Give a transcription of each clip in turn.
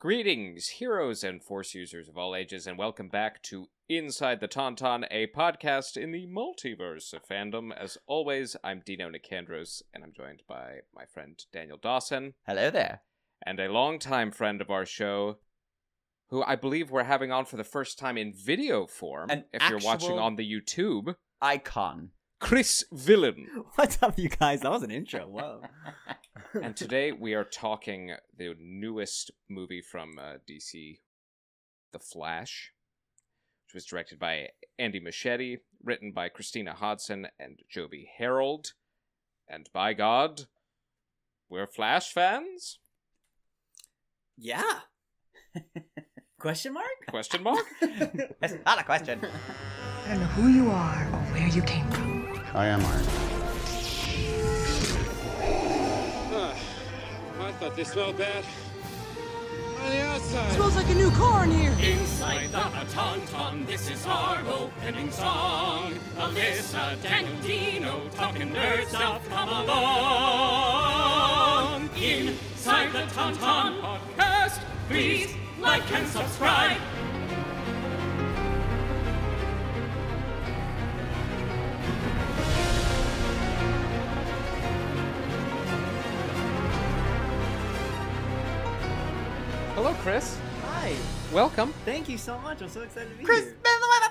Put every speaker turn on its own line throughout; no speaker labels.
Greetings, heroes and force users of all ages, and welcome back to Inside the Tauntaun, a podcast in the multiverse of fandom. As always, I'm Dino Nicandros, and I'm joined by my friend Daniel Dawson
Hello there.
and a longtime friend of our show, who I believe we're having on for the first time in video form,
An
if you're watching
actual-
on the YouTube,
Icon.
Chris Villan.
What's up, you guys? That was an intro. Whoa.
and today we are talking the newest movie from uh, DC, The Flash, which was directed by Andy Machete, written by Christina Hodson and Joby Harold. And by God, we're Flash fans?
yeah. Question mark?
Question mark?
It's not a question.
I don't know who you are or where you came from.
I am Iron.
Ah, I thought they smelled bad. On the outside.
smells like a new car in here.
Inside the Tauntaun, this is our opening song. Alyssa, Dan, and Dino, talking nerd stuff, come along. Inside the Tauntaun podcast, please like and subscribe.
Hello, Chris.
Hi.
Welcome.
Thank you so much. I'm so excited to be
Chris
here.
Benoit!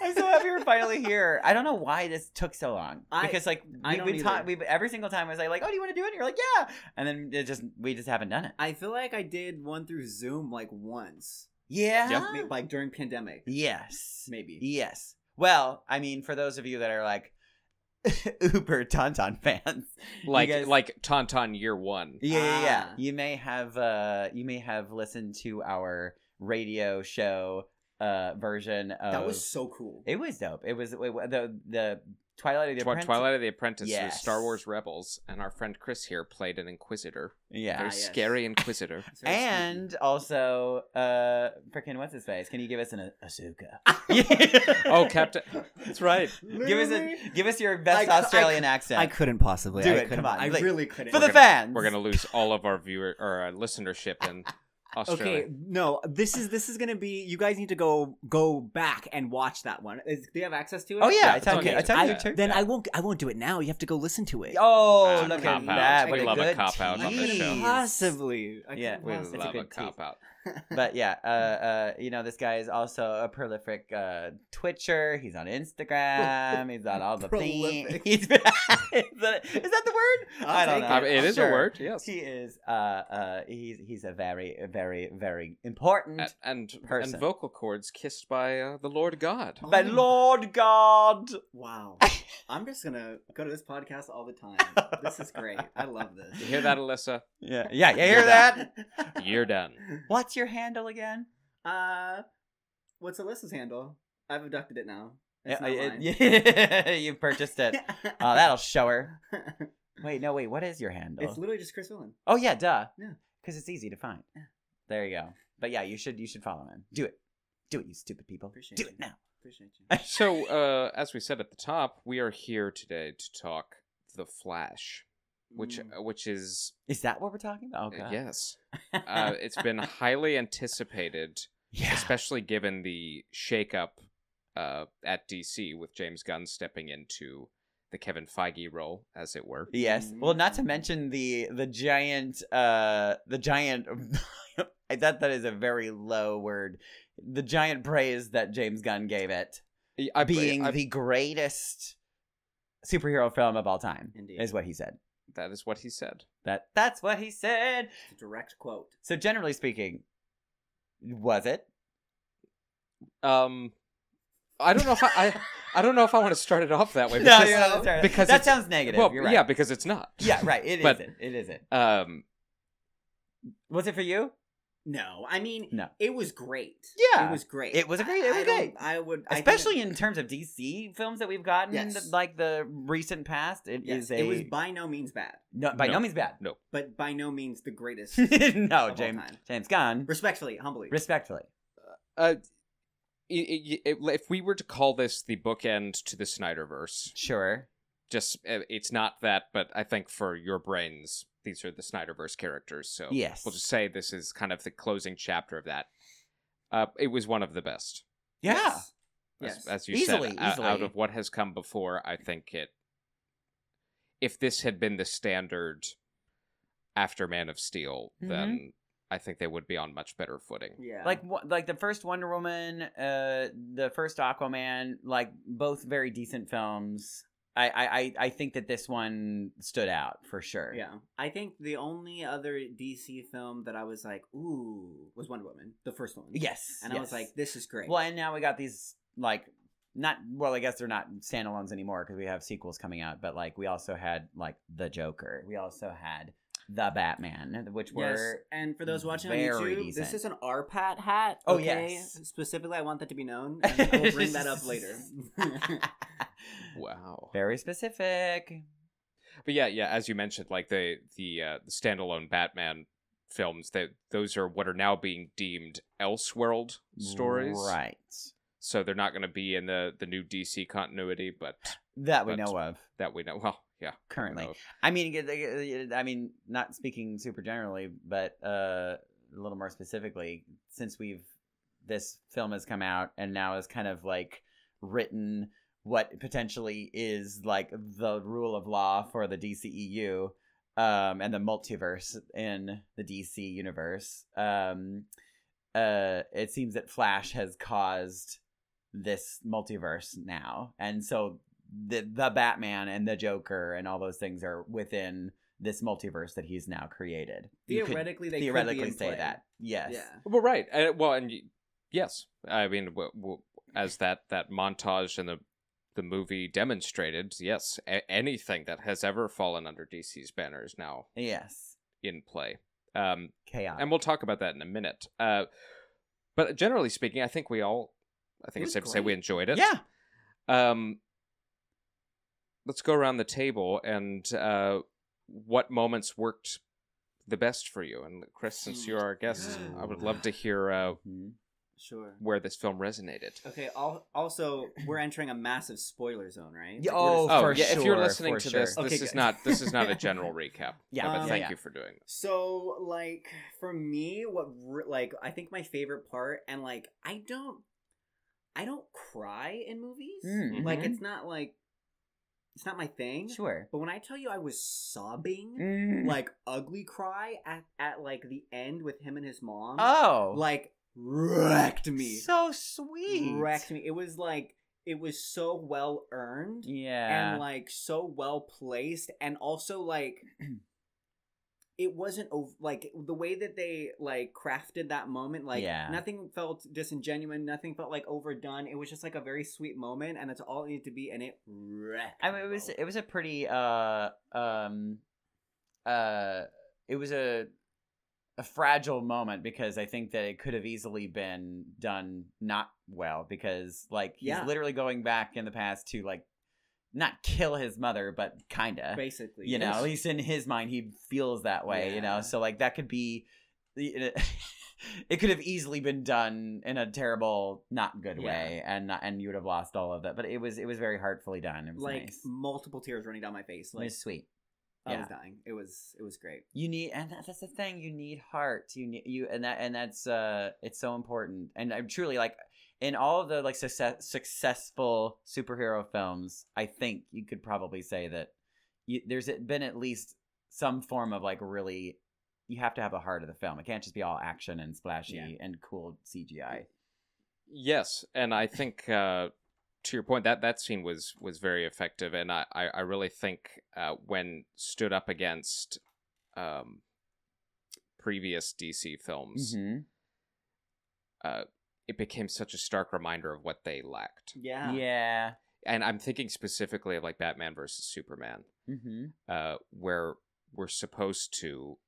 I'm so happy we're finally here. I don't know why this took so long.
I-
because like
I
we,
don't
we
either.
talk, we every single time I was like, "Oh, do you want to do it?" And you're like, "Yeah," and then it just we just haven't done it.
I feel like I did one through Zoom like once.
Yeah.
Ma- Like during pandemic.
Yes.
Maybe.
Yes. Well, I mean, for those of you that are like uber Tauntaun fans, you
Like
guys-
like Tauntaun Year One.
Yeah, yeah, yeah.
Ah.
You may have uh you may have listened to our radio show uh version of
That was so cool.
uh, It was dope. It was it, wa- the the Twilight of the
Twi-
Apprentice.
Twilight of the Apprentice was
Yes.
Star Wars Rebels, and our friend Chris here played an Inquisitor.
Yeah.
Very
Ah, yes.
scary Inquisitor.
It's very
And also, uh, freaking what's his face? Can you give us an uh, Asuka?
oh, Captain. That's right.
spooky.
Give us a, give us your best
I cou- I
Australian
cou-
accent
I couldn't possibly.
Do
I
it,
Couldn't,
come on.
I
Like,
really couldn't.
for the
gonna-
fans.
We're gonna lose all of our viewer or our listenership in Australia.
Okay, no. This is this is gonna be. You guys need to go go back and watch that one. Is, do you have access to it?
Oh yeah,
Yeah,
I
it's
tell
on
you, I
YouTube.
tell you
I-
too.
Then I won't. I won't do it now. You have to go listen to it.
Oh,
Ah,
look
cop
at
out.
that!
We
What a
love a
good
cop out on this show.
tease.
Possibly. I
Yeah.
couldn't
We
possibly.
love a,
good
cop
tease.
out.
but yeah, uh, uh, you know, this guy is also a prolific uh, Twitcher. He's on Instagram. He's on all the things.
Prolific.
He's- is, that, is that the word?
I'll
I do
take
not
Yeah,
Um,
know.
it is
Uh, Sure.
a word, yes.
He is. Uh, uh, he's he's a very, very, very important.
A- And and,
person.
vocal cords kissed by uh, the Lord God.
By
Mm.
Lord God.
Wow. I'm just gonna go to this podcast all the time. This is great. I love
You
this.
hear that, Alyssa?
Yeah, yeah, you
You're
hear that?
done.
You're done.
What's your handle again?
Uh, what's Alyssa's handle? I've abducted it now. It's
Yeah,
not
uh,
mine.
yeah, you purchased it. Oh, that'll show her. Wait, no, wait. What is your handle?
It's literally just Chris Willen.
Oh yeah, duh.
Yeah.
Because it's easy to find. There you go. But yeah, you should you should follow him. Do it. Do it, you stupid people.
Appreciate
Do
it.
it now.
Appreciate you.
So, uh, as we said at the top, we are here today to talk the Flash, which
Mm.
uh, which is
Is that what we're talking about?
uh,
Oh god.
yes, uh, it's been highly anticipated,
Yeah.
especially given the shakeup uh, at DC with James Gunn stepping into the Kevin Feige role, as it were.
Yes.
Mm-hmm.
Well, not to mention the the giant uh the giant I thought that is a very low word. The giant praise that James Gunn gave it
I,
being
I-
the greatest superhero film of all time
Indeed.
is what he said.
that is what he said.
That that's what he said.
It's a direct quote.
So generally speaking, was it?
Um, I don't know if I, I, I don't know if I want to start it off that way.
No,
because-
you're not sorry.
because
that
it's-
sounds negative.
well,
you're right.
yeah, because it's not.
yeah, right. It
But-
not It isn't.
Um,
Was it for you?
No, I mean,
No.
it was great.
Yeah.
it was great.
It was a great- it
I-
was
I don't-
great.
I would, I think
Especially in terms of DC films that we've gotten, in
Yes.
the, like the recent past, it is
yes,
a
it was by no means bad,
no, by
No.
no. means bad.
but by no means the greatest.
no,
all
James
time.
James Gunn,
Respectfully, humbly.
respectfully.
uh, i i i if we were to call this the bookend to the Snyderverse,
Sure.
Just uh, it's not that, but I think for your brains, these are the Snyderverse characters. So
Yes.
we'll just say this is kind of the closing chapter of that. Uh, it was one of the best,
Yeah.
Yes.
as,
Yes.
as you
Easily,
said. o- Out
easily.
of what has come before, I think it. If this had been the standard after Man of Steel,
Mm-hmm.
then I think they would be on much better footing.
Yeah.
Like wha- like the first Wonder Woman, uh, the first Aquaman, like both very decent films. I I I- I think that this one stood out for sure.
Yeah. I think the only other DC film that I was like, ooh, was Wonder Woman, the first one.
Yes.
And I was
yes.
like, this is great.
Well, and now we got these like not well, I guess they're not standalones anymore because we have sequels coming out. But like we also had like the Joker. We also had the Batman, which were
and for those watching on
very
YouTube, this
decent.
is an RPAT hat.
Oh,
okay?
yes.
Specifically, I want that to be known. And I will bring that up later.
Wow.
very specific.
But yeah, yeah, as you mentioned, like the the uh, the standalone Batman films, that those are what are now being deemed Elseworld stories.
right?
So they're not going to be in the the new DC continuity, but
That we
But-
know of
that we know. Well, yeah, we
currently.
know.
I mean, it- it- it- I mean, not speaking super generally, but uh, a little more specifically, since we've this film has come out and now is kind of like written what potentially is like the rule of law for the DCEU um, and the multiverse in the DC universe. Um, uh, it seems that Flash has caused this multiverse now, and so the the Batman and the Joker and all those things are within this multiverse that he's now created. You could
theoretically, they could be
theoretically
in
say
play.
that. Yes.
Yeah.
Well, right. Uh, well, and y- yes, I mean, w- w- as that that montage and the the movie demonstrated, yes, a- anything that has ever fallen under DC's banner is now
Yes.
in play. Um,
Chaos.
and we'll talk about that in a minute. Uh, but generally speaking, I think we all, I think
It
it's
was
safe to say we
great.
enjoyed it.
yeah.
Um, let's go around the table and uh, what moments worked the best for you. And Chris, since you're our guest, I would love to hear uh,
Mhm.
Sure.
where this film resonated.
Okay. Al- also, we're entering a massive spoiler zone, right?
Yeah,
Like, we're just-
Oh
For
yeah! if you're
sure,
listening
for
to this,
sure.
this
Okay,
is
good.
not this is not a general recap.
Yeah,
but
Um,
thank
yeah,
you for doing this.
So, like, for me, what, re- like, I think my favorite part, and like, I don't, I don't cry in movies.
Mm,
Like,
mhm.
it's not like, it's not my thing.
Sure.
But when I tell you I was sobbing,
Mm.
like ugly cry at, at like the end with him and his mom,
oh,
like wrecked me.
So sweet.
wrecked me. It was like it was so well earned
Yeah.
and like so well placed and also like it wasn't over, like the way that they like crafted that moment like
Yeah.
nothing felt disingenuous nothing felt like overdone it was just like a very sweet moment and that's all it needed to be and it wrecked
I mean, it
me,
was
bro.
it was a pretty uh um uh it was a a fragile moment because I think that it could have easily been done not well because like he's
Yeah.
literally going back in the past to like not kill his mother but kinda
basically
uh, you know
yes.
at least in his mind he feels that way you know
Yeah.
so like that could be it could have easily been done in a terrible not good
Yeah.
way and not, and you would have lost all of that but it was it was very heartfully done it was
like
nice.
multiple tears running down my face
it
like
was sweet
I
yeah.
was dying it was it was great
you need and that, that's the thing you need heart you need you and that and that's uh it's so important and i'm truly like in all of the like success, successful superhero films i think you could probably say that you, there's been at least some form of like really you have to have the heart of the film it can't just be all action and splashy
Yeah.
and cool cgi
Yes, and I think uh, to your point that that scene was was very effective, and I I, I really think uh, when stood up against um, previous DC films,
Mhm.
uh, it became such a stark reminder of what they lacked.
yeah
yeah
And I'm thinking specifically of like Batman versus Superman,
hmm
uh, where we're supposed to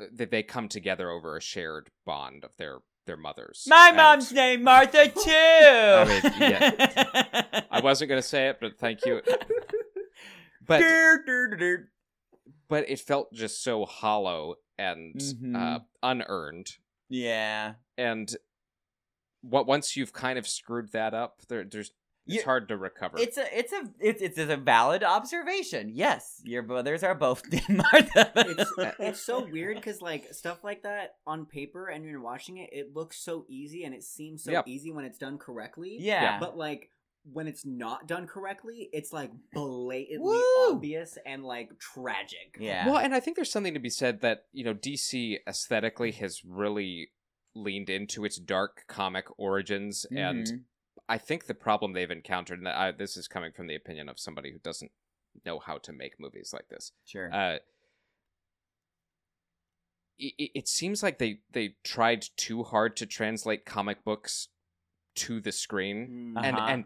uh, that they come together over a shared bond of their their mothers.
my
And-
mom's name martha too I,
mean, I wasn't gonna say it, but thank you. But but it felt just so hollow and uh,
Mhm.
unearned.
yeah
And what once you've kind of screwed that up, there, there's It's
You-
hard to recover.
It's a it's a it's it's a valid observation. Yes, your brothers are both in Martha.
it's uh, it's so weird because like stuff like that on paper and you're watching it, it looks so easy and it seems so
Yeah.
easy when it's done correctly.
Yeah.
But like when it's not done correctly, it's like blatantly
Woo!
obvious and like tragic.
yeah.
Well, and I think there's something to be said that, you know, DC aesthetically has really leaned into its dark comic origins. And
Mhm.
I think the problem they've encountered, and I, this is coming from the opinion of somebody who doesn't know how to make movies like this,
sure.
uh, it, it seems like they, they tried too hard to translate comic books to the screen
Mm.
and
Uh-huh.
and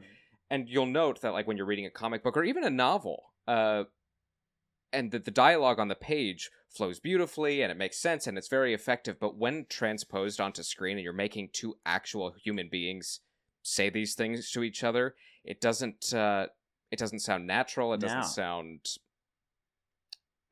and you'll note that like when you're reading a comic book or even a novel uh and that the dialogue on the page flows beautifully and it makes sense and it's very effective but when transposed onto screen and you're making two actual human beings say these things to each other it doesn't uh it doesn't sound natural it doesn't
No.
sound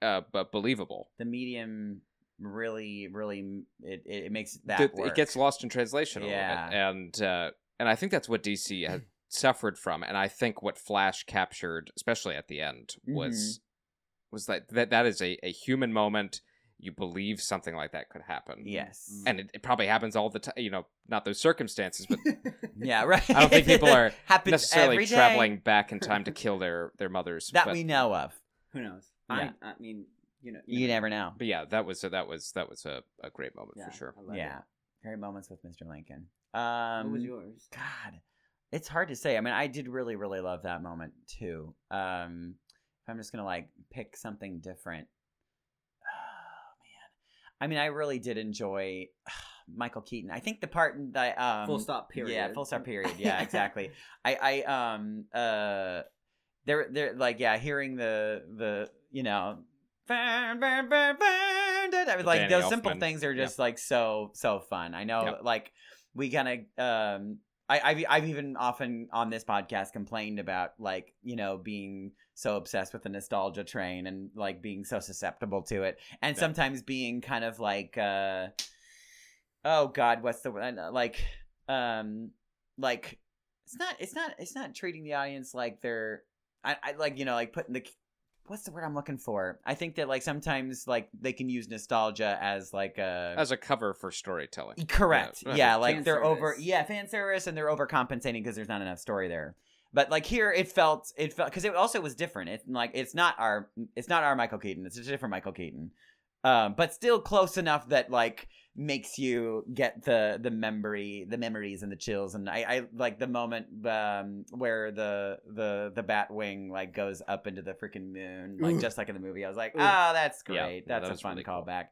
uh but believable
the medium really really m- it it, it makes that
Th-
work.
it gets lost in translation a little bit
Yeah.
and uh, and i think that's what dc has suffered from and i think what flash captured especially at the end was
Mm-hmm.
was that that, that is a, a human moment you believe something like that could happen
Yes.
and it, it probably happens all the time you know not those circumstances but
yeah, right.
I don't think people are
happens
necessarily
every day
traveling back in time to kill their their mothers
that
but,
we know of.
Who knows?
Yeah.
I I mean, you know,
You never know.
but yeah that was a, that was that was a, a great moment
Yeah,
for sure
I love it.
Yeah. Great moments with Mr. Lincoln. Um
what was yours?
God, it's hard to say. I mean, I did really, really love that moment too. Um, if I'm just gonna like pick something different, oh man, I mean, I really did enjoy Michael Keaton. I think the part that um,
full stop. Period.
yeah, full stop. Period. Yeah, exactly. I, I, um, uh, they're, they're like, yeah, hearing the, the, you know, burn, burn, burn, burn, da- da- like
Danny
those simple
Elfman.
things are just like so, so fun. I know,
Yep.
like, we kind of, um, I, I've, I've even often on this podcast complained about like you know being so obsessed with the nostalgia train and like being so susceptible to it and
Yeah.
sometimes being kind of like uh oh god what's the word like um like it's not it's not it's not treating the audience like they're I, I like you know like putting the what's the word i'm looking for i think that like sometimes like they can use nostalgia as like a
as a cover for storytelling
Correct.
Yeah,
Yeah,
right.
like
Fan
they're over.
service.
Yeah, fan service, and they're overcompensating because there's not enough story there. But like here, it felt it felt because it also was different. It's like it's not our it's not our Michael Keaton. It's a different Michael Keaton, um, but still close enough that like makes you get the the memory the memories and the chills and I, I like the moment um where the the the bat wing like goes up into the freaking moon like
Ooh.
just like in the movie I was like oh
Ooh.
that's
Yeah,
great
no,
that's
that
a
was
fun
really cool.
callback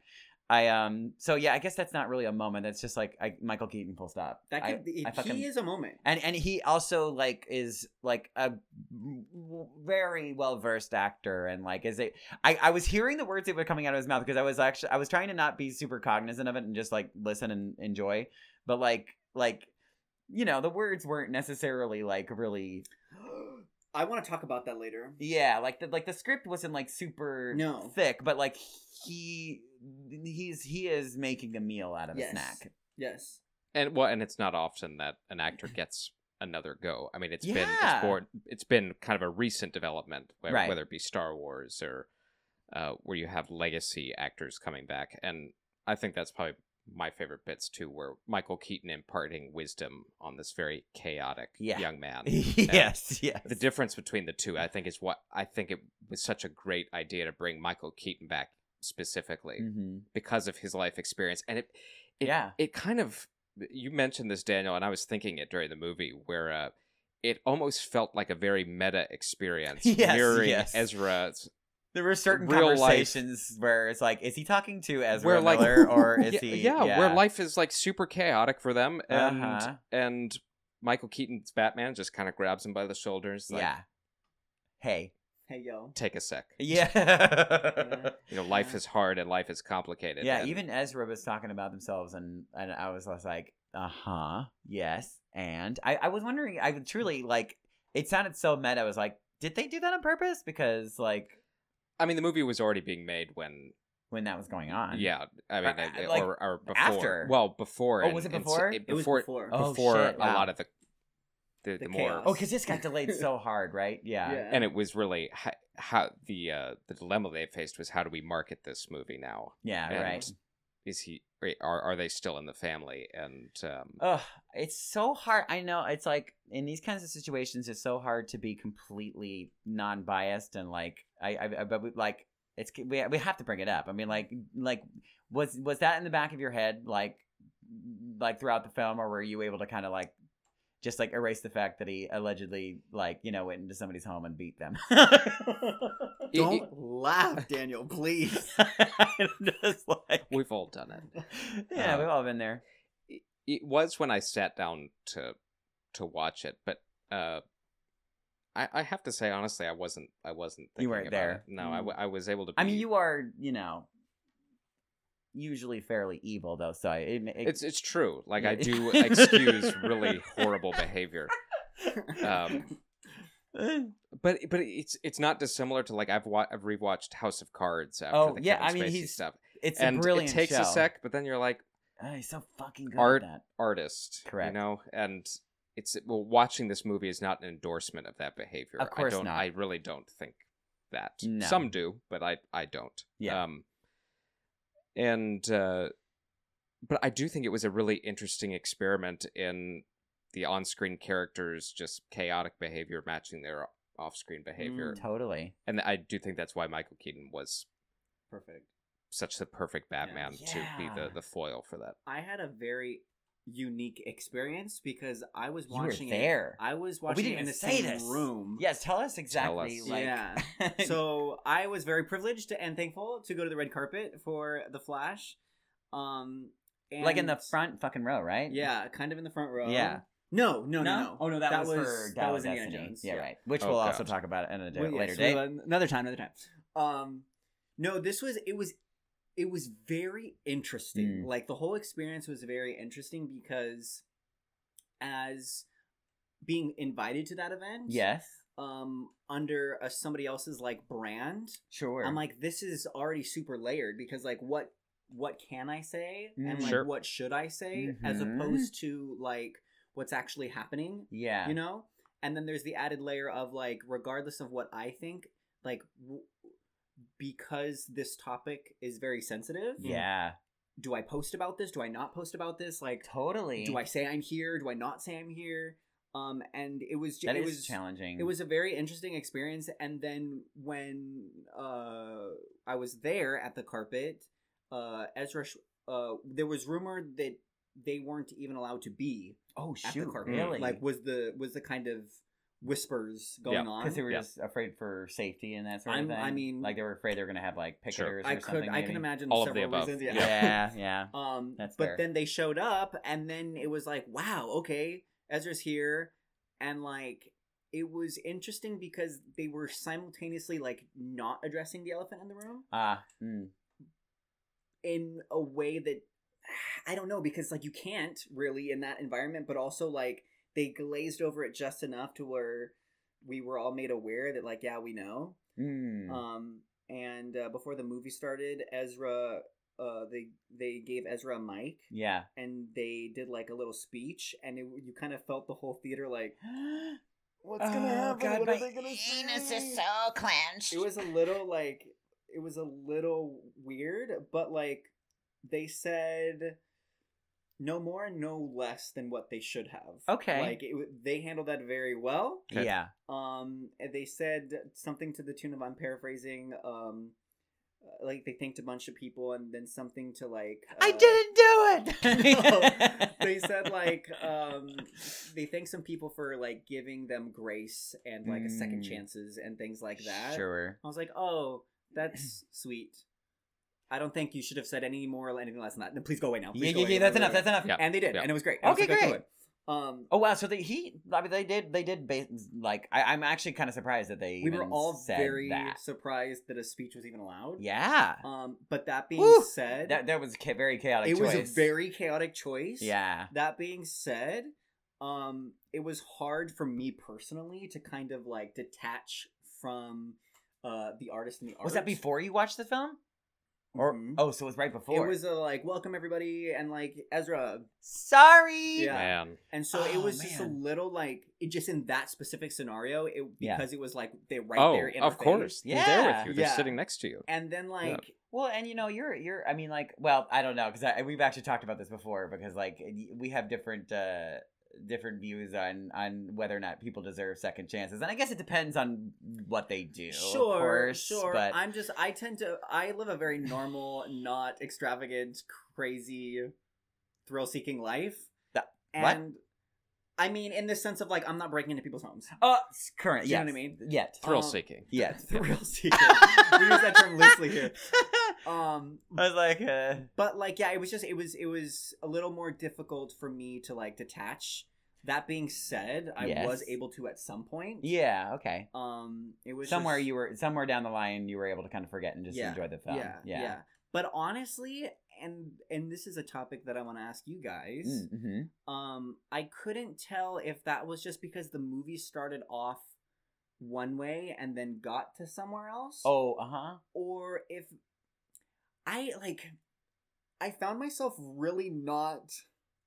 I um so yeah, I guess that's not really a moment. That's just like I, Michael Keaton full stop.
That
I-
could, be
I fucking-
he is a moment.
and and he also like is like a w- very well versed actor and like is it I, I was hearing the words that were coming out of his mouth because I was actually I was trying to not be super cognizant of it and just like listen and enjoy. But like like you know, the words weren't necessarily like really
I want to talk about that later.
yeah, like the like the script wasn't like super
No.
thick, but like he he's he is making a meal out of
Yes.
a snack.
Yes.
and well, and it's not often that an actor gets another go. I mean, it's been
Yeah.
it's, born, it's been kind of a recent development, whe-
Right.
whether it be Star Wars or uh, where you have legacy actors coming back, and I think that's probably my favorite bits too, where Michael Keaton imparting wisdom on this very chaotic
Yeah.
young man.
yes, yes.
The difference between the two, I think, is what I think it was such a great idea to bring Michael Keaton back specifically
Mhm.
because of his life experience and it, it
Yeah.
it kind of you mentioned this daniel and i was thinking it during the movie where uh it almost felt like a very meta experience
Yes,
mirroring
yes.
ezra's
There were certain
Real life-
conversations where it's like, is he talking to Ezra
Where, like-
Miller or is
yeah,
he?
yeah, where life is like super chaotic for them and
Uh-huh.
and michael keaton's batman just kind of grabs him by the shoulders like
yeah. Hey.
Hey yo.
take a sec
Yeah.
you know life
Yeah.
is hard and life is complicated
yeah.
and-
Even Ezra was talking about themselves, and and I was just like, uh huh, yes. And I I was wondering, I would truly like, it sounded so meta. I was like, did they do that on purpose? Because like
i mean the movie was already being made when
when that was going on.
Yeah, I mean,
uh,
it- it-
like,
or, or before.
after.
Well, before.
Oh,
and-
was it
and s-
before?
it-
It was
before
before.
Oh,
before
shit,
a
wow.
lot of the the, the,
The
more
chaos.
Oh, because this got delayed so hard, right? Yeah.
and it was really how, how the uh, the dilemma they faced was how do we market this movie now?
Yeah,
And
right.
Is he are are they still in the family? And um,
Ugh, it's so hard. I know it's like in these kinds of situations, it's so hard to be completely non-biased and like I, I, I but we, like it's we, we have to bring it up. I mean, like like was was that in the back of your head like like throughout the film, or were you able to kind of like just like erase the fact that he allegedly like you know went into somebody's home and beat them?
it-
Don't
it-
laugh, Daniel, please.
I'm just like,
we've all done it.
yeah,
Uh,
we've all been there.
it. It was when I sat down to to watch it, but uh, I I have to say honestly, I wasn't I wasn't
You
thinking
weren't
about
there. Mm.
it. No, I, w- I was able to. Be,
I mean, you are, you know, usually fairly evil though. So I- it, ma- it,
It's it's true. Like I
Yeah.
do excuse really horrible behavior. Um, but but it's it's not dissimilar to like I've wa- I've rewatched House of Cards after
Oh,
the
yeah,
Kevin
I mean,
Spacey
he's-
stuff,
it's
and
a brilliant
it takes
show.
a sec, but then you're like
Oh, he's so fucking good
Art-
at that.
artist,
Correct.
You know, and it's well, watching this movie is not an endorsement of that behavior.
Of course
I don't,
not.
I really don't think that.
No.
Some do, but I I don't.
Yeah.
Um, and uh, but I do think it was a really interesting experiment in the on-screen characters just chaotic behavior matching their off-screen behavior
Mm. Totally.
and I do think that's why Michael Keaton was
Perfect.
such the perfect Batman to be
Yeah.
the the foil for that.
I had a very unique experience because I was
You were
watching
there.
It, I was
Well, we
watching
didn't
it in
even
the
say
same
this.
room.
Yes, tell us exactly.
us.
Like,
Yeah. so I was very privileged and thankful to go to the red carpet for The Flash. Um, and
like in the front fucking row, right?
Yeah, kind of in the front row.
Yeah.
No, no, no, no.
Oh no, that, was, for Dial
that
of
was Indiana
Destiny.
Jones.
Yeah, right. Which
Oh,
we'll also
God.
talk about in a day,
Well, yeah,
later
so,
date.
uh, another time, another time. Um, no, this was it was it was very interesting.
Mm.
Like the whole experience was very interesting because as being invited to that event,
Yes.
um, under a, somebody else's like brand,
Sure.
I'm like, this is already super layered because like what what can I say and
Mm.
like
Sure.
what should I say as
Mhm.
opposed to like what's actually happening
yeah.
you know and then there's the added layer of like regardless of what i think like w- because this topic is very sensitive
yeah.
do i post about this do i not post about this like
Totally.
do i say i'm here do i not say i'm here um and it was ju-
That
it
is
was
challenging.
it was a very interesting experience and then when uh i was there at the carpet uh ezra Sh- uh there was rumor that they weren't even allowed to be
oh
at
shoot,
the carpet.
really?
Like was the was the kind of whispers going
Yeah.
on?
because they were
Yeah.
just afraid for safety and that sort
I'm-
of thing.
I mean-
like they were afraid they were going to have like picketers.
Sure.
Or
I
something,
could I can
maybe.
imagine
All of
several
the above.
reasons.
Yeah,
Yeah.
yeah. yeah.
Um
That's
but
fair.
then they showed up and then it was like, wow, okay, Ezra's here and like it was interesting because they were simultaneously like not addressing the elephant in the room
Ah, mm,
in a way that I don't know because like you can't really in that environment, but also like they glazed over it just enough to where we were all made aware that like yeah we know
mm.
Um, and uh, before the movie started, Ezra, uh, they they gave Ezra a mic
yeah.
and they did like a little speech, and it, you kind of felt the whole theater like, what's
Oh,
gonna happen?
God,
what are
my
they gonna
Anus
say?
is so clenched.
It was a little like it was a little weird, but like they said no more and no less than what they should have.
Okay.
like it, w- they handled that very well.
Okay.
Yeah.
Um, and they said something to the tune of I'm paraphrasing. Um, uh, like they thanked a bunch of people, and then something to like
I
uh,
didn't do
No.
it.
They said like um, they thanked some people for like giving them grace and like a second
Mm.
chances and things like that.
Sure.
I was like, oh, that's sweet. I don't think you should have said any more or anything less than that. No, please go away now.
Yeah,
Please go
yeah,
away.
yeah.
Go
That's
away,
enough.
go away.
That's enough.
Yeah.
And they did,
Yeah.
and it was great.
Okay,
I was like,
great.
"Go ahead." Um,
Oh wow! So they he, I mean, they did, they did, ba- like, I, I'm actually kind of surprised that they
we were
even
all
said
very
that.
surprised that a speech was even allowed.
Yeah,
Um, but that being
Woo!
said,
that that was a cha- very chaotic.
it was a
choice.
very chaotic choice.
yeah.
That being said, um, it was hard for me personally to kind of like detach from uh the artist and the art.
Was that before you watched the film? Or
Mhm.
oh, so it was right before.
It was a, like welcome everybody and like Ezra,
sorry.
Yeah.
Man,
and so it
Oh,
was just a
man.
little like it just in that specific scenario it
Yeah.
because it was like they right
oh,
there in our
of
face.
course, they're there
Yeah,
with you. They're
yeah. Um,
sitting next to you.
And then like
Well, and you know, you're you're. I mean, like, well, I don't know because I we've actually talked about this before because like y- we have different uh different views on on whether or not people deserve second chances, and I guess it depends on what they do. of
sure,
course,
sure.
But
I'm just I tend to I live a very normal, not extravagant, crazy, thrill seeking life.
That- what?
and I mean in the sense of like I'm not breaking into people's homes.
uh, current.
Do you
Yes.
know what I mean?
Yet.
Thrill seeking.
Yes.
Thrill seeking. we use that term loosely here. Um
I was like, uh,
but like yeah it was just it was it was a little more difficult for me to like detach that being said i
Yes.
was able to at some point
yeah, okay.
um it was
Somewhere
just-
you were, somewhere down the line, you were able to kind of forget and just
Yeah,
enjoy the film.
yeah, yeah
yeah.
but honestly and and this is a topic that i want to ask you guys
Mm-hmm.
um i couldn't tell if that was just because the movie started off one way and then got to somewhere else
Oh, uh huh.
or if I like I found myself really not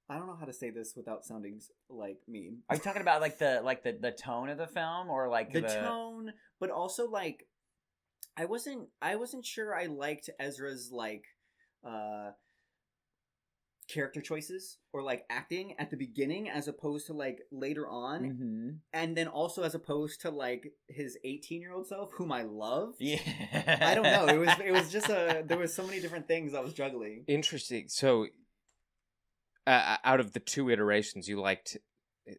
I don't know how to say this without sounding s- like mean.
Are you talking about like the like the the tone of the film or like
the tone, but also like I wasn't I wasn't sure I liked Ezra's like uh character choices or like acting at the beginning as opposed to like later on
hmm
and then also as opposed to like his 18 year old self whom I love.
Yeah.
I don't know. It was it was just a there was so many different things I was juggling.
Interesting. So, uh, out of the two iterations, you liked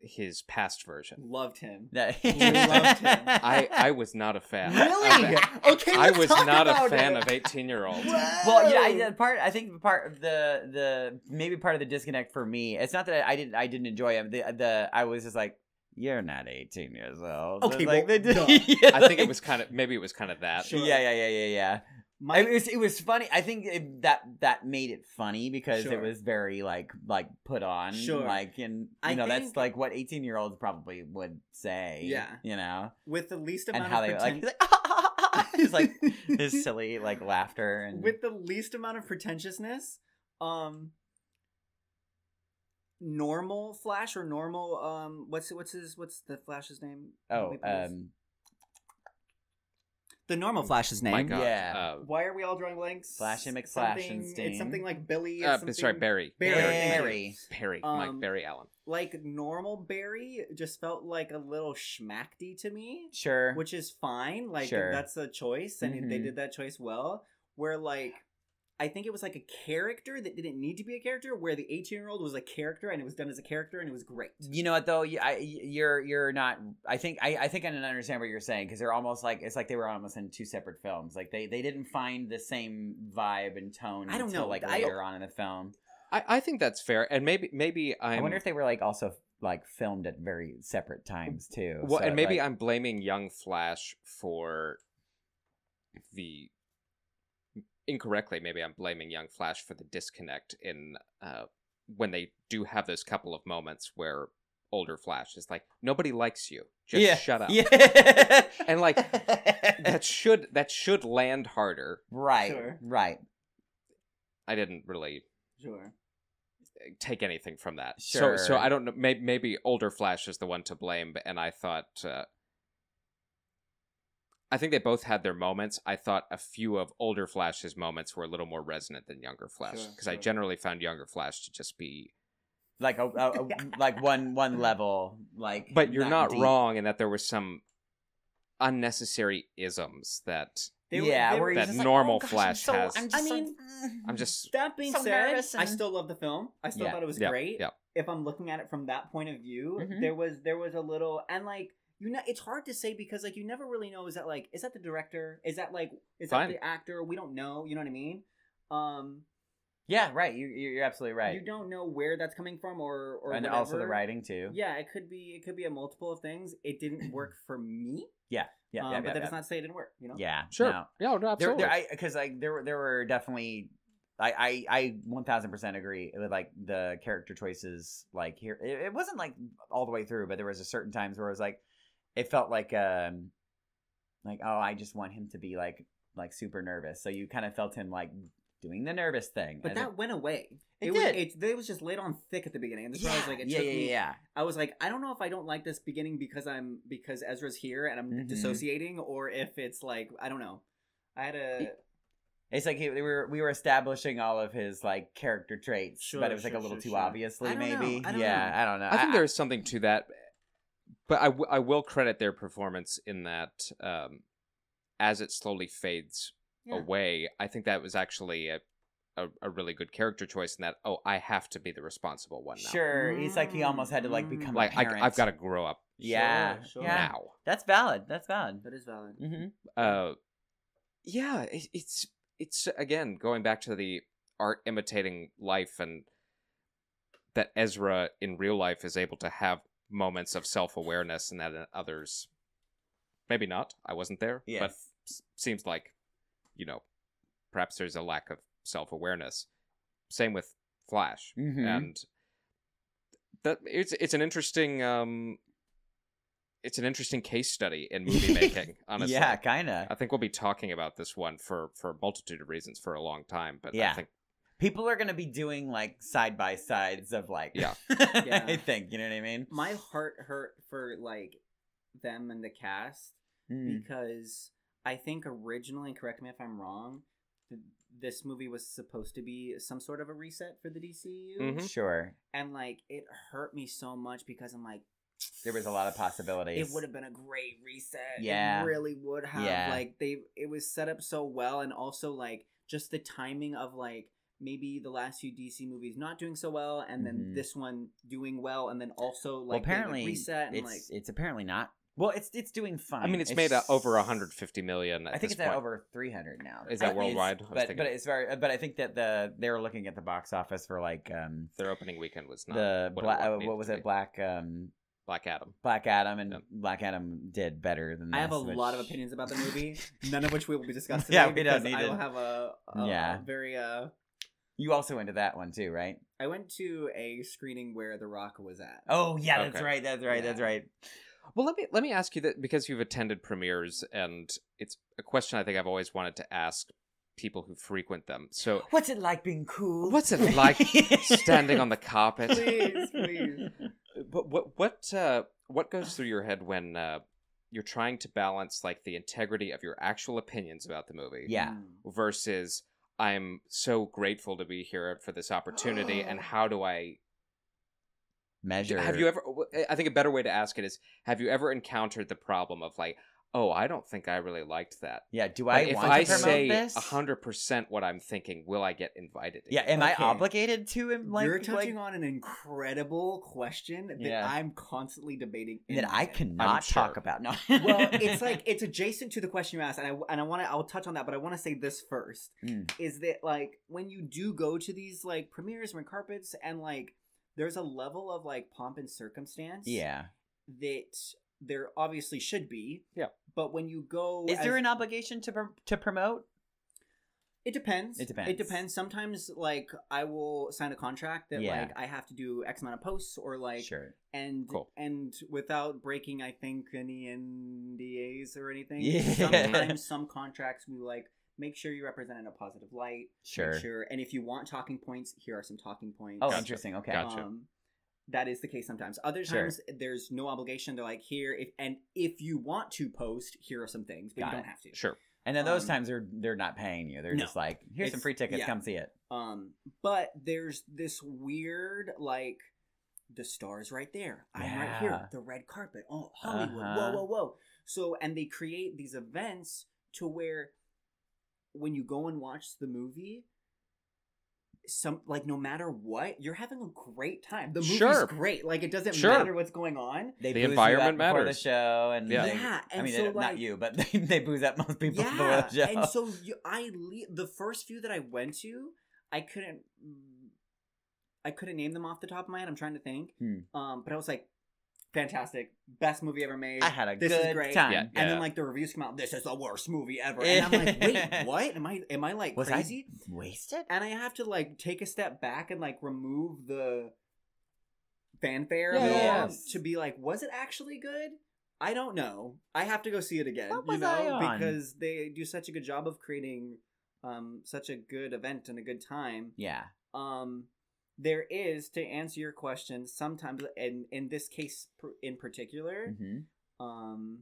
his past version.
Loved him.
That-
loved him.
I I was not a fan. of
Really?
that.
Okay,
I
let's
was
talk
not a
about
fan
it.
of eighteen year olds.
well, yeah, I, the part I think the part of the the maybe part of the disconnect for me. It's not that I didn't I didn't enjoy him. The the I was just like you're not 18 years old.
Okay,
It's like,
well,
they did-
duh.
yeah,
I think it
like-
was kind of maybe it was kind of that.
Sure.
Yeah, yeah, yeah, yeah, yeah.
My,
I mean, it was it was funny. I think it, that that made it funny because
Sure.
it was very like like put on,
Sure.
like and you
I
know
think-
that's like what eighteen year olds probably would say.
Yeah.
you know,
with the least
and
amount
how
of
they like
pretend-
he's like, ah, ah, ah, ah," it's like his silly like laughter and
with the least amount of pretentiousness, um, normal Flash or normal um, what's what's his what's the Flash's name? Help
oh
me, please.
um
the normal Flash's name.
My God.
Yeah.
Uh,
Why are we all drawing blanks?
Flash and McFlash
Something-
and Stain.
It's something like Billy.
uh,
It's something...
sorry, Barry.
Barry.
Barry.
Barry.
Perry,
Um,
Mike Barry Allen.
Like normal Barry just felt like a little schmackty to me.
sure
which is fine. Like
Sure.
that's a choice, and they
Mhm.
did that choice well. Where like, I think it was like a character that didn't need to be a character. Where the eighteen-year-old was a character, and it was done as a character, and it was great.
you know what though you, I, you're you're not i think i, I think i don't understand what you're saying because they're almost like it's like they were almost in two separate films like they they didn't find the same vibe and tone
I don't
until
know.
like
I-
later on in the film
I, I think that's fair, and maybe maybe I'm,
i wonder if they were like also like filmed at very separate times too
well,
So,
and maybe
like-
I'm blaming Young Flash for the incorrectly. Maybe I'm blaming Young Flash for the disconnect in uh, when they do have those couple of moments where older Flash is like, "Nobody likes you, just
yeah.
shut up,"
yeah
and like that should that should land harder.
right
Sure.
right
I didn't really
Sure.
take anything from that.
Sure.
So so I don't know. Maybe, maybe older Flash is the one to blame, and I thought. Uh, I think they both had their moments. I thought a few of older Flash's moments were a little more resonant than younger Flash
Sure,
because I
sure.
generally found younger Flash to just be.
like a, a, a like one one level like
But you're not,
deep.
wrong in that there were some unnecessary isms that
They were-
yeah
they were-
where he's
That
just like,
normal
"Oh, gosh, I'm
Flash
so-
has-
I'm
I
just so-
mean,
I'm
Mm.
just.
That being
So
said,
nervous
I
and-
still love the film. I still
Yeah.
thought it was
Yeah,
great.
yeah.
If I'm looking at it from that point of view,
Mhm.
there was there was a little and like you know it's hard to say because like you never really know is that like is that the director is that like is
Fine.
that the actor we don't know you know what I mean. Um,
yeah right you, you- you're absolutely right
you don't know where that's coming from or or
and
whatever.
also the writing too.
yeah it could be it could be a multiple of things it didn't work for me
yeah,
um,
yeah,
but
yeah,
that
yeah.
does not say it didn't work you know
Yeah,
Sure.
no.
Yeah, no,
There,
absolutely.
there, I because like there, were- there were definitely. I, I, I 1000% agree with like the character choices like here it, it wasn't like all the way through but there was a certain times where it was like it felt like um like oh I just want him to be like like super nervous so you kind of felt him like doing the nervous thing.
But
I
that went away.
It
was,
did.
It, it was just laid on thick at the beginning. And
think-
that's why I was like, it
yeah,
took
yeah,
me.
yeah,
I was like, I don't know if I don't like this beginning because I'm because Ezra's here and I'm
Mhm.
dissociating, or if it's like I don't know. I had a
It's like he, we were we were establishing all of his like character traits,
Sure,
but it was like
sure,
a little
sure,
too
sure.
obviously,
I don't know.
maybe.
I don't
yeah,
know.
I don't know.
I think there is something to that, but I, w- I will credit their performance in that um, as it slowly fades
Yeah.
away. I think that was actually a, a a really good character choice in that. Oh, I have to be the responsible one now.
Sure, he's like he almost had to like
Mm.
become
like
a
I,
parent.
I've got to grow up
Yeah,
Sure, sure.
yeah.
now.
That's valid. That's valid.
that is valid.
Mm-hmm.
Uh, yeah, it, it's it's again going back to the art imitating life and that Ezra in real life is able to have moments of self awareness and that in others maybe not. I wasn't there, but
Yes.
s- seems like you know perhaps there's a lack of self awareness. Same with Flash
Mhm.
and that it's it's an interesting um it's an interesting case study in movie making honestly
Yeah, kind of.
i think we'll be talking about this one for for a multitude of reasons for a long time but i
Yeah.
think
People are gonna be doing like side by sides of like.
Yeah.
I
Yeah.
think you know what I mean.
My heart hurt for like them and the cast
Mm.
because I think originally, and correct me if I'm wrong, th- this movie was supposed to be some sort of a reset for the DCU,
Mhm.
Sure,
and like it hurt me so much because I'm like,
there was a lot of possibilities.
it would have been a great reset.
Yeah.
it really would have.
Yeah.
Like they, it was set up so well, and also like just the timing of like maybe the last few DC movies not doing so well, and then
Mhm.
this one doing well, and then also like
well,
getting a
apparently
reset and
it's
like
it's apparently not. Well, it's it's doing fine.
i mean it's, made uh, over 150 million at
I
this
think it's at
point.
over 300 now.
Is that
I think it's-
worldwide? I was
But
thinking-
but it's very but I think that the they were looking at the box office for like um
their opening weekend was not
the
what, it
Bla-
wa-
uh,
needed
what was
to
it
be.
Black um
black adam
Black Adam and
Yeah.
Black Adam did better than
I have a
this, which-
lot of opinions about the movie, none of which we will be discussing.
Yeah,
Today
we don't
because
need
I will
it.
have a, a
Yeah.
very. uh
You also went to that one too, right?
I went to a screening where The Rock was at.
Oh yeah,
Okay.
that's right. That's right. That's
Yeah.
right.
Well, let me let me ask you that because you've attended premieres, and it's a question I think I've always wanted to ask people who frequent them. So,
What's it like being cool?
what's it like standing on the carpet?
Please, please.
But what what uh, what goes through your head when uh, you're trying to balance like the integrity of your actual opinions about the movie
Mm.
Yeah.
versus I'm so grateful to be here for this opportunity, and how do I
Measure.
Have you ever? I think a better way to ask it is: Have you ever encountered the problem of like, oh, I don't think I really liked that.
Yeah. Do
Like,
I
if
want
I
to promote
say
this?
hundred percent what I'm thinking, will I get invited?
Yeah.
again?
Am
Okay.
I obligated to? him? Like,
You're
like,
touching on an incredible question that
Yeah.
I'm constantly debating. in
that
my
I
head.
cannot
sure.
talk about. No.
well, it's like it's adjacent to the question you asked, and I and I want to I'll touch on that, but I want to say this first
Mm.
is that like when you do go to these like premieres and red carpets, and like there's a level of like pomp and circumstance,
yeah.
that there obviously should be,
Yeah.
But when you go,
Is there
as-
an obligation to prom- to promote?
It depends.
It depends.
It depends. Sometimes, like, I will sign a contract that,
Yeah.
like, I have to do X amount of posts or, like,
sure.
and
Cool.
and without breaking, I think, any NDAs or anything.
Yeah.
Sometimes some contracts we like make sure you represent in a positive light.
Sure.
Make sure, and if you want talking points, here are some talking points.
Oh,
Gotcha.
interesting. Okay.
Gotcha.
Um, that is the case sometimes. Other
Sure.
times, there's no obligation. They're like, here, if and if you want to post, here are some things, but
Got
you don't
it.
have to.
Sure.
And then those
Um,
times they're they're not paying you. They're
No.
just like, here's some
It's-
free tickets.
yeah.
Come see it.
Um, but there's this weird like the stars right there. I'm right
Yeah.
here. The red carpet. Oh, Hollywood.
Uh-huh.
Whoa, whoa, whoa. So and they create these events to where when you go and watch the movie some like no matter what you're having a great time the movie's
Sure.
great like it doesn't
Sure.
matter what's going on
They
The
booze you
environment
up before
matters.
the show, and
Yeah.
they-
Yeah,
I
and
mean,
so,
they, not
like-
you, but they, they booze up most people
yeah
before the show.
and so you, i le- the first few that i went to i couldn't mm, i couldn't name them off the top of my head i'm trying to think
Hmm.
um but i was like fantastic best movie ever made
I had a
this is
good
great.
time.
Yeah.
and then like the reviews come out this is the worst movie ever and i'm like wait what am i am i like
Was
crazy
I wasted?
and i have to like take a step back and like remove the fanfare of it all
Yes.
to be like was it actually good I don't know. I have to go see it again.
What
you
was
know,
I on?
because they do such a good job of creating um, such a good event and a good time.
Yeah.
Um, there is, to answer your question, sometimes, and in this case pr- in particular,
hmm
um,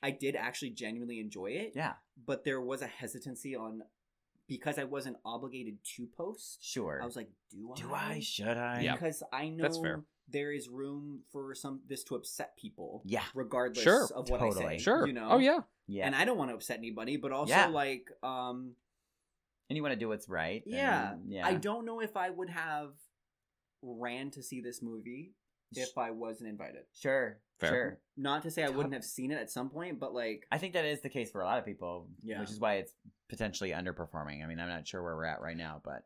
I did actually genuinely enjoy it.
Yeah.
But there was a hesitancy on because I wasn't obligated to post.
Sure.
I was like, do I?
Do I? Should I?
Yeah.
Because I know
That's fair.
there is room for some this to upset people.
Yeah.
Regardless
Sure.
of what I
Totally.
say.
Sure.
You know.
Oh yeah.
Yeah.
And I don't want to upset anybody, but also
Yeah.
like um
and you want to do what's right. and-
Yeah,
yeah.
I don't know if I would have ran to see this movie if I wasn't invited.
Sure.
Fair.
Sure.
Not to say I
Tot-
wouldn't have seen it at some point, but like
I think that is the case for a lot of people,
Yeah.
which is why it's potentially underperforming. I mean, I'm not sure where we're at right now, but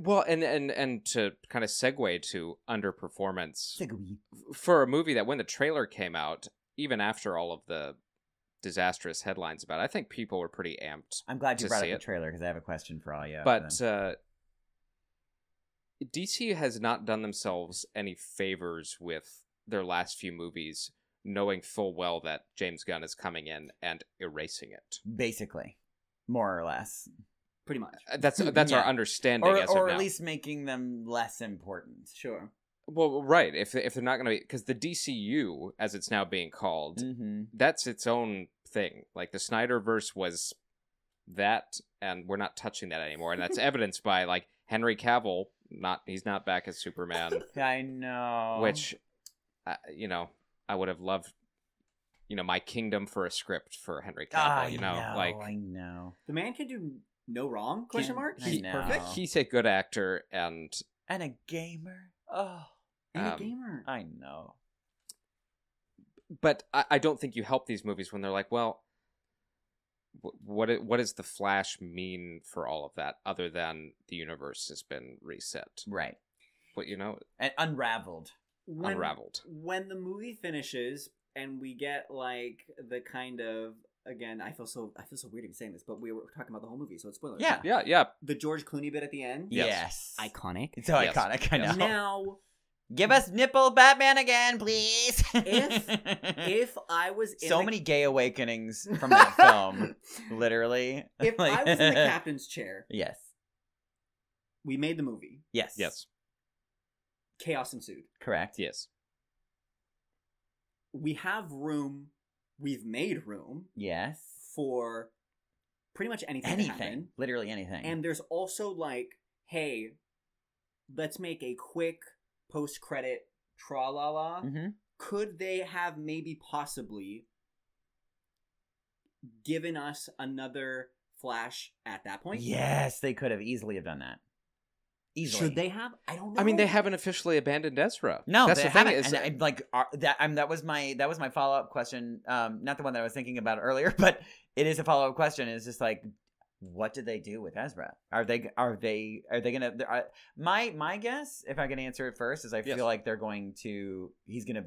Well, and and and to kind of segue to underperformance
Segway.
for a movie that when the trailer came out, even after all of the disastrous headlines about, it, I think people were pretty amped.
I'm glad you
To
brought up
see
the
it.
trailer because I have a question for all you.
but uh, DC has not done themselves any favors with their last few movies, knowing full well that James Gunn is coming in and erasing it.
basically, more or less,
pretty much.
Uh, That's that's
Yeah.
our understanding,
or,
as of
or at
now.
least making them less important.
Sure.
Well, right. If if they're not going to be because the DCU, as it's now being called,
Mm-hmm.
that's its own thing. Like the Snyderverse was that, and we're not touching that anymore. And that's evidenced by like Henry Cavill. Not he's not back as Superman,
I know.
which uh, you know I would have loved. You know, my kingdom for a script for Henry Cavill.
I
you know, like
I know,
The man can do no wrong? Question
Can-
mark.
I
He's
know.
perfect.
he's a good actor, and
and a gamer. Oh,
And a
Um,
gamer.
I know.
but I, I don't think you help these movies when they're like, well, wh- what i- what does the Flash mean for all of that, other than the universe has been reset?
Right,
But you know,
and unraveled.
When-
unraveled.
When the movie finishes and we get like the kind of again, I feel so I feel so weird even saying this, but we were talking about the whole movie, so it's spoilers.
Yeah.
Yeah, yeah.
The George Clooney bit at the end.
Yes.
Yes,
Iconic.
It's so
Yes.
iconic. I know.
Yes.
Now
Give us nipple Batman again, please.
If- if I was in
Mm. so
the-
many gay awakenings from that film, literally.
if
Like-
I was in the captain's chair,
yes,
we made the movie.
yes,
Yes.
Chaos ensued.
correct.
Yes.
We have room. We've made room
Yes,
for pretty much anything. to
anything,
happen.
literally anything.
And there's also like, hey, let's make a quick post credit tra la la.
hmm
Could they have maybe possibly given us another flash at that point?
yes, they could have easily have done that. Easily,
Should they have? I don't know.
I mean, they haven't officially abandoned Ezra.
No,
that's
they
the thing
haven't.
is,
and I'm like are, that. I'm that was my that was my follow up question. Um, not the one that I was thinking about earlier, but it is a follow up question. It's just like, what did they do with Ezra? Are they are they are they gonna? Are, my my guess, if I can answer it first, is I
Yes.
feel like they're going to. He's gonna.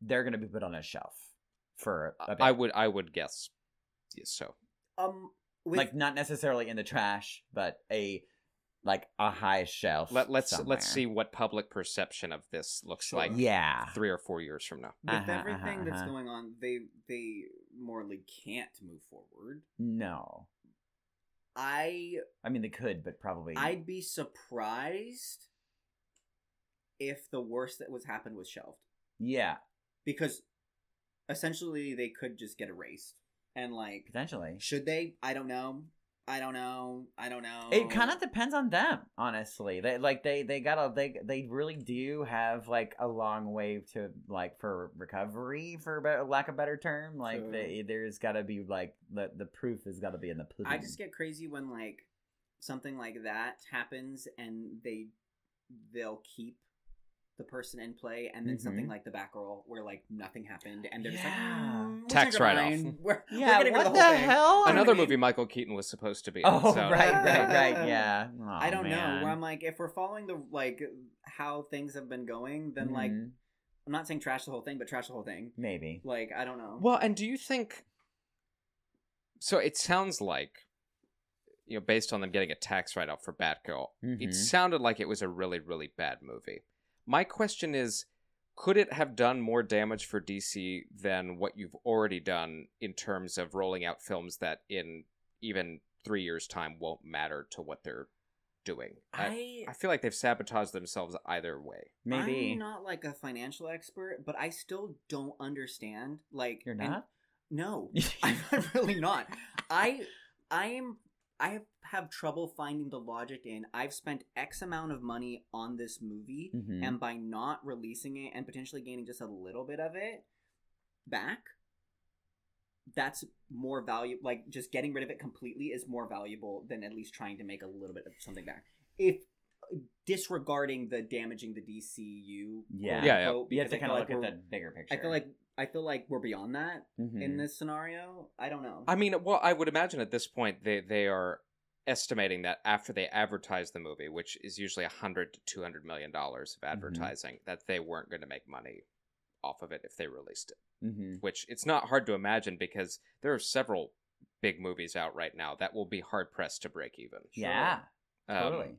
They're gonna be put on a shelf for a bit.
I would I would guess. Yes, So
Um, with,
like not necessarily in the trash, but a like a high shelf.
let let's
somewhere.
let's see what public perception of this looks
Sure.
like.
Yeah.
Three or four years from now.
with
Uh-huh,
everything
uh-huh,
that's
uh-huh.
going on, they they morally can't move forward.
No.
I
I mean, they could, but probably.
I'd be surprised if the worst that was happened was shelved
Yeah.
because essentially they could just get erased and like
Potentially.
should they? I don't know. I don't know. I don't know.
It kind of depends on them, honestly. They like they they gotta they they really do have like a long way to like for recovery, for better, lack of better term. Like
True.
they, there's gotta be like the the proof has gotta be in the pudding.
I just get crazy when like something like that happens and they they'll keep the person in play and then something
Mhm.
like the back roll where like nothing happened and they're just like
Yeah.
"Mm, we're
Tax
taking a
write-off.
line. We're, we're
yeah.
getting rid
what
of
the,
the, whole thing."
hell?
I don't
Another
mean-
movie Michael Keaton was supposed to be. in,
Oh
so-
right, right, right. Yeah. Aw,
I don't know.
Oh, man.
Where I'm like, if we're following the like how things have been going, then like
Mhm.
I'm not saying trash the whole thing, but trash the whole thing.
maybe.
Like I don't know.
Well, and do you think? So it sounds like, you know, based on them getting a tax write-off for Batgirl,
Mhm.
it sounded like it was a really, really bad movie. My question is, could it have done more damage for DC than what you've already done in terms of rolling out films that, in even three years' time won't matter to what they're doing. I,
I
I feel like they've sabotaged themselves either way.
Maybe
I'm not like a financial expert, but I still don't understand. Like
you're
and-
not.
no, I'm, I'm really not. I I am I have, have trouble finding the logic in. I've spent X amount of money on this movie,
Mhm.
and by not releasing it and potentially gaining just a little bit of it back, that's more value. Like just getting rid of it completely is more valuable than at least trying to make a little bit of something back. If disregarding the damaging the DCU,
Yeah,
Yeah.
yeah.
quote-unquote,
you have
because
to
I
kind
feel
of
like
look at
we're-
the bigger picture.
I feel like I feel like we're beyond that
Mhm.
in this scenario. I don't know.
I mean, well, I would imagine at this point they they are estimating that after they advertise the movie, which is usually a hundred to two hundred million dollars
Mm-hmm.
of advertising, that they weren't going to make money off of it if they released it.
Mhm.
Which it's not hard to imagine because there are several big movies out right now that will be hard pressed to break even.
yeah,
Um,
totally.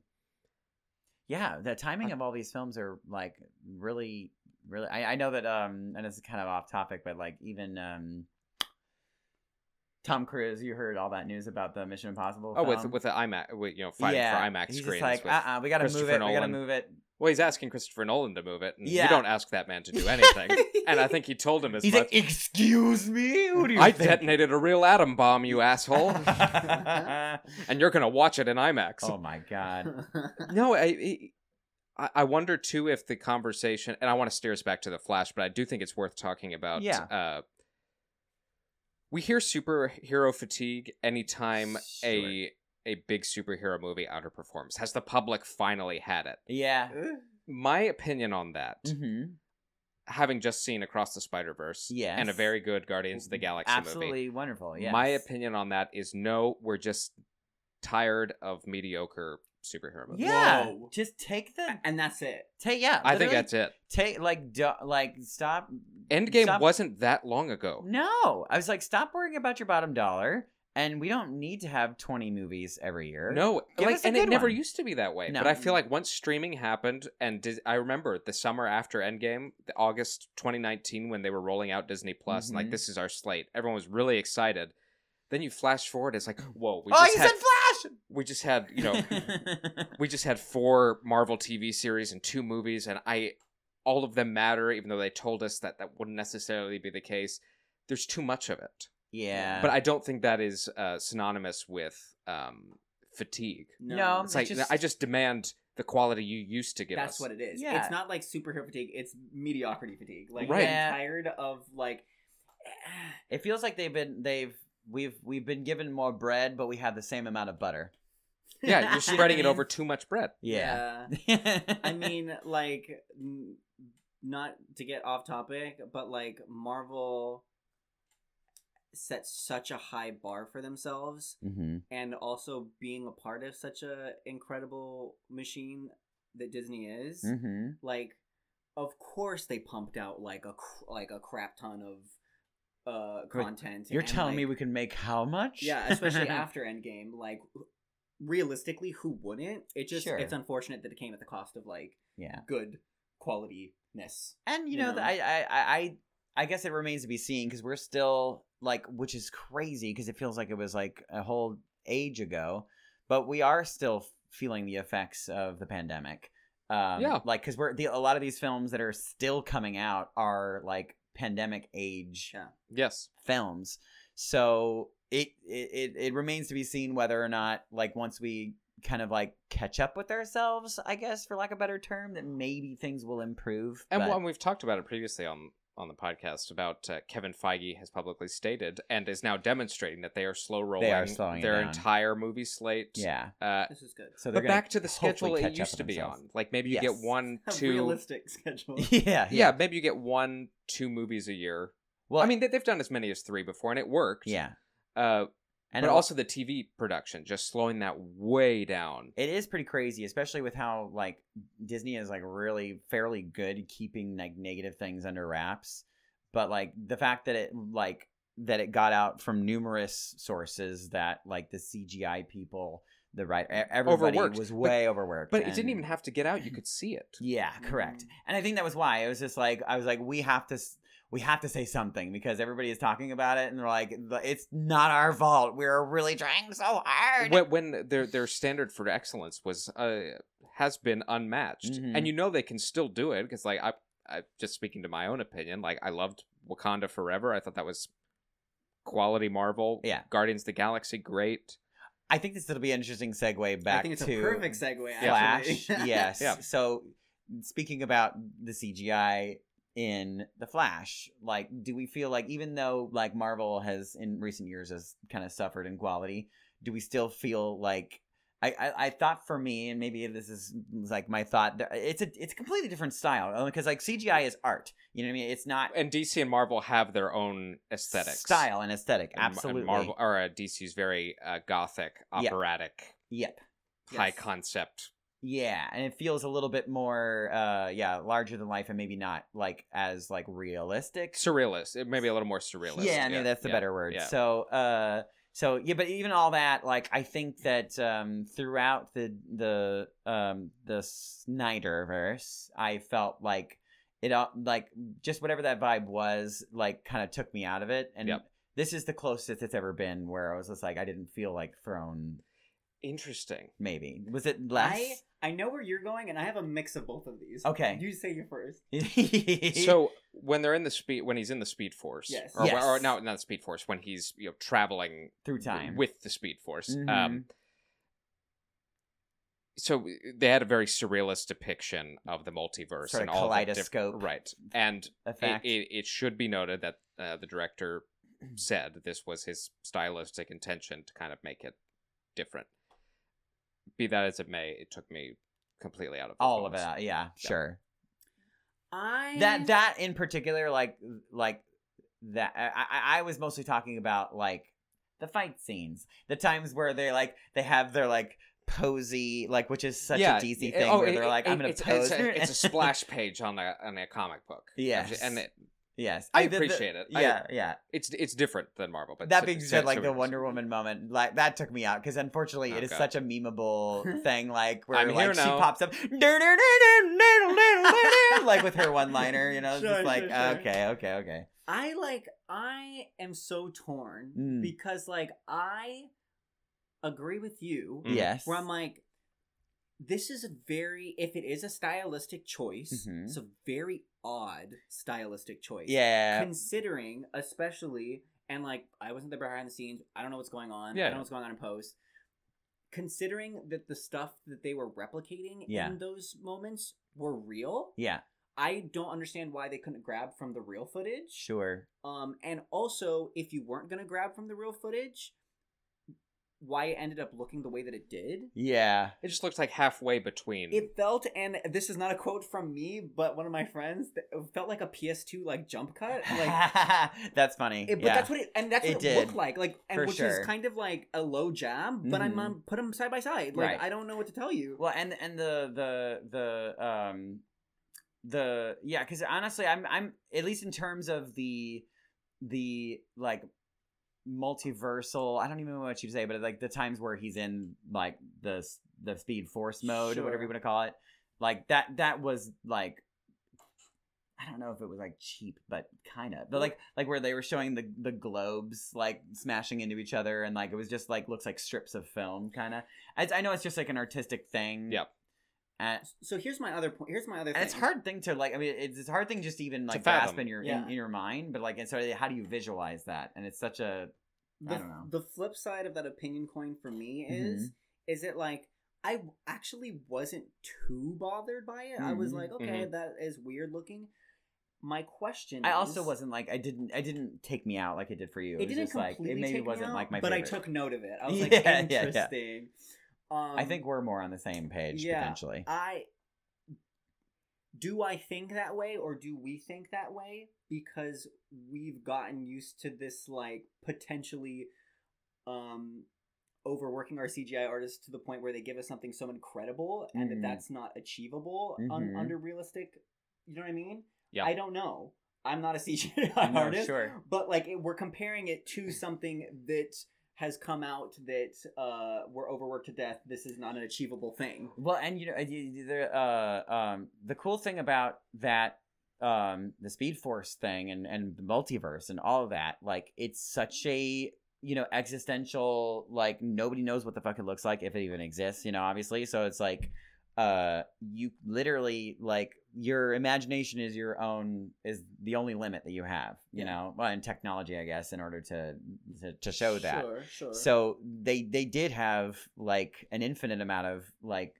Yeah, the timing of all these films are like really, really. I, I know that, um, and this is kind of off topic, but like even um, Tom Cruise, you heard all that news about the Mission Impossible.
Oh, with
film?
with the IMAX, with, you know, fighting for IMAX
Um, he's
screens.
Just like,
with-
uh, uh we gotta move
Christopher
it. We gotta
Nolan.
move it.
Well, he's asking Christopher Nolan to move it, and
Yeah.
you don't ask that man to do anything. and I think he told him as
He's
much.
like, excuse me, who do you
I
think?
detonated a real atom bomb, you asshole, and you're gonna watch it in IMAX.
oh my god.
No, I, I I wonder too if the conversation, and I want to steer us back to the Flash, but I do think it's worth talking about.
Yeah.
Uh, we hear superhero fatigue anytime a a big superhero movie underperforms. Has the public finally had it?
Yeah.
My opinion on that,
hmm
having just seen Across the Spider Verse,
Yes.
and a very good Guardians of the Galaxy
Absolutely
movie,
wonderful. Yes.
my opinion on that is no, we're just tired of mediocre superhero movies.
Yeah.
Whoa.
Just take the
and that's it.
take. Yeah.
I think
literally
that's it.
take like do, like stop.
Endgame
stop-
wasn't that long ago.
No, I was like, stop worrying about your bottom dollar, and we don't need to have twenty movies every year.
No,
Give
like,
us a
and it
good
never
one.
used to be that way.
No.
But I feel like once streaming happened, and Dis- I remember the summer after Endgame, the August 2019, when they were rolling out Disney Plus, and
Mhm.
like this is our slate. Everyone was really excited. Then you flash forward, it's like, whoa, we
oh,
just
you
had,
said Flash.
we just had, you know,
know.
we just had four Marvel TV series and two movies, and I, all of them matter, even though they told us that that wouldn't necessarily be the case. There's too much of it.
yeah,
but I don't think that is uh, synonymous with um, fatigue.
No,
It's
I
like
just-
I just demand the quality you used to give
that's
us.
what it is.
Yeah.
It's not like superhero fatigue. It's mediocrity fatigue. Like
Right.
Yeah.
I'm tired of like.
it feels like they've been they've we've we've been given more bread, but we have the same amount of butter.
yeah, you're spreading it over too much bread.
Yeah.
I mean, like, n- not to get off topic, but like Marvel set such a high bar for themselves,
hmm
and also being a part of such a incredible machine that Disney is.
hmm
like of course they pumped out like a cr- like a crap ton of uh content
You're
and,
telling me
like-
we can make how much?
yeah especially after endgame like realistically who wouldn't it just
Sure.
it's unfortunate that it came at the cost of like
Yeah.
good qualityness
And you
You
know,
know?
th- I, I, I, I- I guess it remains to be seen because we're still like, which is crazy because it feels like it was like a whole age ago, but we are still feeling the effects of the pandemic. Um,
Yeah.
Like, because we're the, a lot of these films that are still coming out are like pandemic age
Yeah.
Yes,
films. So it, it it it remains to be seen whether or not like once we kind of like catch up with ourselves, I guess for lack of a better term, that maybe things will improve.
and,
but-
well, and we've talked about it previously on on the podcast about uh, Kevin Feige has publicly stated and is now demonstrating that they are slow rolling
are slowing it
their
down.
entire movie slate.
yeah.
Uh,
this is good
So they're
but
gonna
back to the schedule
hopefully
it
catch up
used to
with
be
themselves.
on. Like maybe you get
Yes.
one,
a
two.
realistic schedule
yeah,
Yeah, maybe you get one, two movies a year.
Well,
I mean, they, they've done as many as three before, and it worked.
yeah,
Uh,
and
but
it-
also the TV production, just slowing that way down.
it is pretty crazy, especially with how like Disney is like really fairly good keeping like negative things under wraps. But like the fact that it like that it got out from numerous sources that like the CGI people the writer. e- Everybody
Overworked.
was
But-
way overworked.
But it didn't
and-
even have to get out. You could see it.
Yeah, correct.
Mm-hmm.
And I think that was why it was just like I was like, we have to, s- we have to say something because everybody is talking about it, and they're like, "The- it's not our fault. We're really trying so hard.
When, when their their standard for excellence was uh, has been unmatched,
Mhm.
and you know they can still do it because like I, I just speaking to my own opinion, like I loved Wakanda Forever. I thought that was quality Marvel.
Yeah.
Guardians of the Galaxy, great.
I think this will be an interesting segue back
I think it's
to
a perfect segue. actually.
Flash. yes.
Yeah.
So speaking about the CGI in the Flash, like, do we feel like even though like Marvel has in recent years has kind of suffered in quality, do we still feel like I, I, I thought for me, and maybe this is like my thought. that It's a it's a completely different style because like CGI is art. You know what I mean? It's not
And DC and Marvel have their own aesthetics,
style and aesthetic.
And- and
absolutely.
Marvel or uh, DC's very uh, gothic,
Yeah.
operatic,
Yep.
high
Yes.
concept.
Yeah, and it feels a little bit more uh yeah, larger than life and maybe not like as like realistic.
Surrealist, eh, maybe a little more surrealist.
Yeah, I mean that's the
yeah,
better word.
yeah.
So, uh so yeah, but even all that like I think that um throughout the the um the Snyderverse, I felt like it all like just whatever that vibe was like kind of took me out of it and
Yep.
This is the closest it's ever been where I was just like I didn't feel like thrown
Interesting.
maybe. Was it
I,
less?
I know where you're going, and I have a mix of both of these.
Okay.
You say you first.
so when they're in the speed when he's in the speed force
Yes.
or, or
Yes.
no not the speed force when he's you know traveling
through time.
with the speed force um
Mhm.
so eh, they had a very surrealist depiction of the multiverse
Sort
and
of
all the diff-
kaleidoscope
right and it,
effect.
it, it should be noted that uh, the director said this was his stylistic intention to kind of make it different be that as it may it took me completely out of the
all of
films.
it, yeah, sure.
I
That that in particular, like like that, I, I I was mostly talking about like the fight scenes, the times where they like they have their like posy, like which is such a DC
it-
thing
oh,
where
it-
they're like,
it-
I'm gonna
it's, It's
pose.
a, it's a splash page on a on a comic book.
Yes.
and it,
yes,
I
The- the-
appreciate it. I-
Yeah, yeah.
it's it's different than Marvel. But
that
so-
being
so-
said, like
so-
the Wonder Woman moment, like that took me out because unfortunately, it is
Okay.
such a memeable thing. Like where
I'm here
like she
now.
pops up, like with her one liner, you know, it's
Sure,
just like
sure, sure.
okay, okay, okay.
I like I am so torn
Mm.
because like I agree with you
Mm.
Yes,
where I'm like this is a very if it is a stylistic choice,
Mhm.
it's a very odd stylistic choice.
yeah,
Considering especially and like I wasn't there behind the scenes, I don't know what's going on. I
Yeah.
don't know what's going on in post. Considering that the stuff that they were replicating
Yeah.
in those moments were real,
yeah,
I don't understand why they couldn't grab from the real footage.
sure,
Um, and also, if you weren't gonna grab from the real footage, why it ended up looking the way that it did.
yeah,
it just looks like halfway
Mm-hmm.
between.
It felt, and this is not a quote from me, but one of my friends, that it felt like a PS2 like jump cut. Like,
that's funny.
it, but
yeah.
that's what it, and that's
It
what it,
did.
looked like. Like, and
For
which
sure.
is kind of like a low jab, but I'm
Mhm.
um, put them side by side. Like,
Right.
I don't know what to tell you.
Well, and and the the the um the yeah, because honestly, I'm I'm at least in terms of the the like multiversal. I don't even know what you say, but like the times where he's in like the s- the speed force mode or whatever you
Sure.
want to call it, like that that was like. I don't know if it was like cheap, but kind of. But like, like where they were showing the the globes like smashing into each other, and like it was just like looks like strips of film, kind of. I, I know it's just like an artistic thing.
Yep.
And,
so here's my other point. Here's my other.
and it's
thing.
hard thing to like. I mean, it's, it's a hard thing just to even like
fathom.
grasp in your
Yeah.
in, in your mind. But like, and so how do you visualize that? And it's such a I
the,
don't know. Mm-hmm.
the flip side of that opinion coin for me is is it like i w- actually wasn't too bothered by it i was
Mhm.
like okay that is weird looking my question
I also
is-
wasn't like I didn't I didn't take me out like it did for you.
it,
was
didn't
just like
completely
it maybe
take me
wasn't
out,
like my
but i
favorite.
took note of it i was
Yeah,
like
yeah, yeah.
interesting um
I think we're more on the same page
yeah,
potentially.
i do i think that way or do we think that way because we've gotten used to this like potentially um overworking our CGI artists to the point where they give us something so incredible and
Mhm.
that that's not achievable un-
Mhm.
under realistic. You know what I mean?
Yeah.
I don't know. I'm not a CGI
No,
artist,
sure.
but like it, we're comparing it to something that has come out that uh, we're overworked to death. This is not an achievable thing.
Well, and you know, you- you- the uh, um, the cool thing about that, um, the Speed Force thing and and the multiverse and all of that, like it's such a you know existential like nobody knows what the fuck it looks like if it even exists. You know, obviously, so it's like uh you literally like your imagination is your own is the only limit that you have you know well in technology i guess in order to to, to show that
Sure, sure.
so they they did have like an infinite amount of like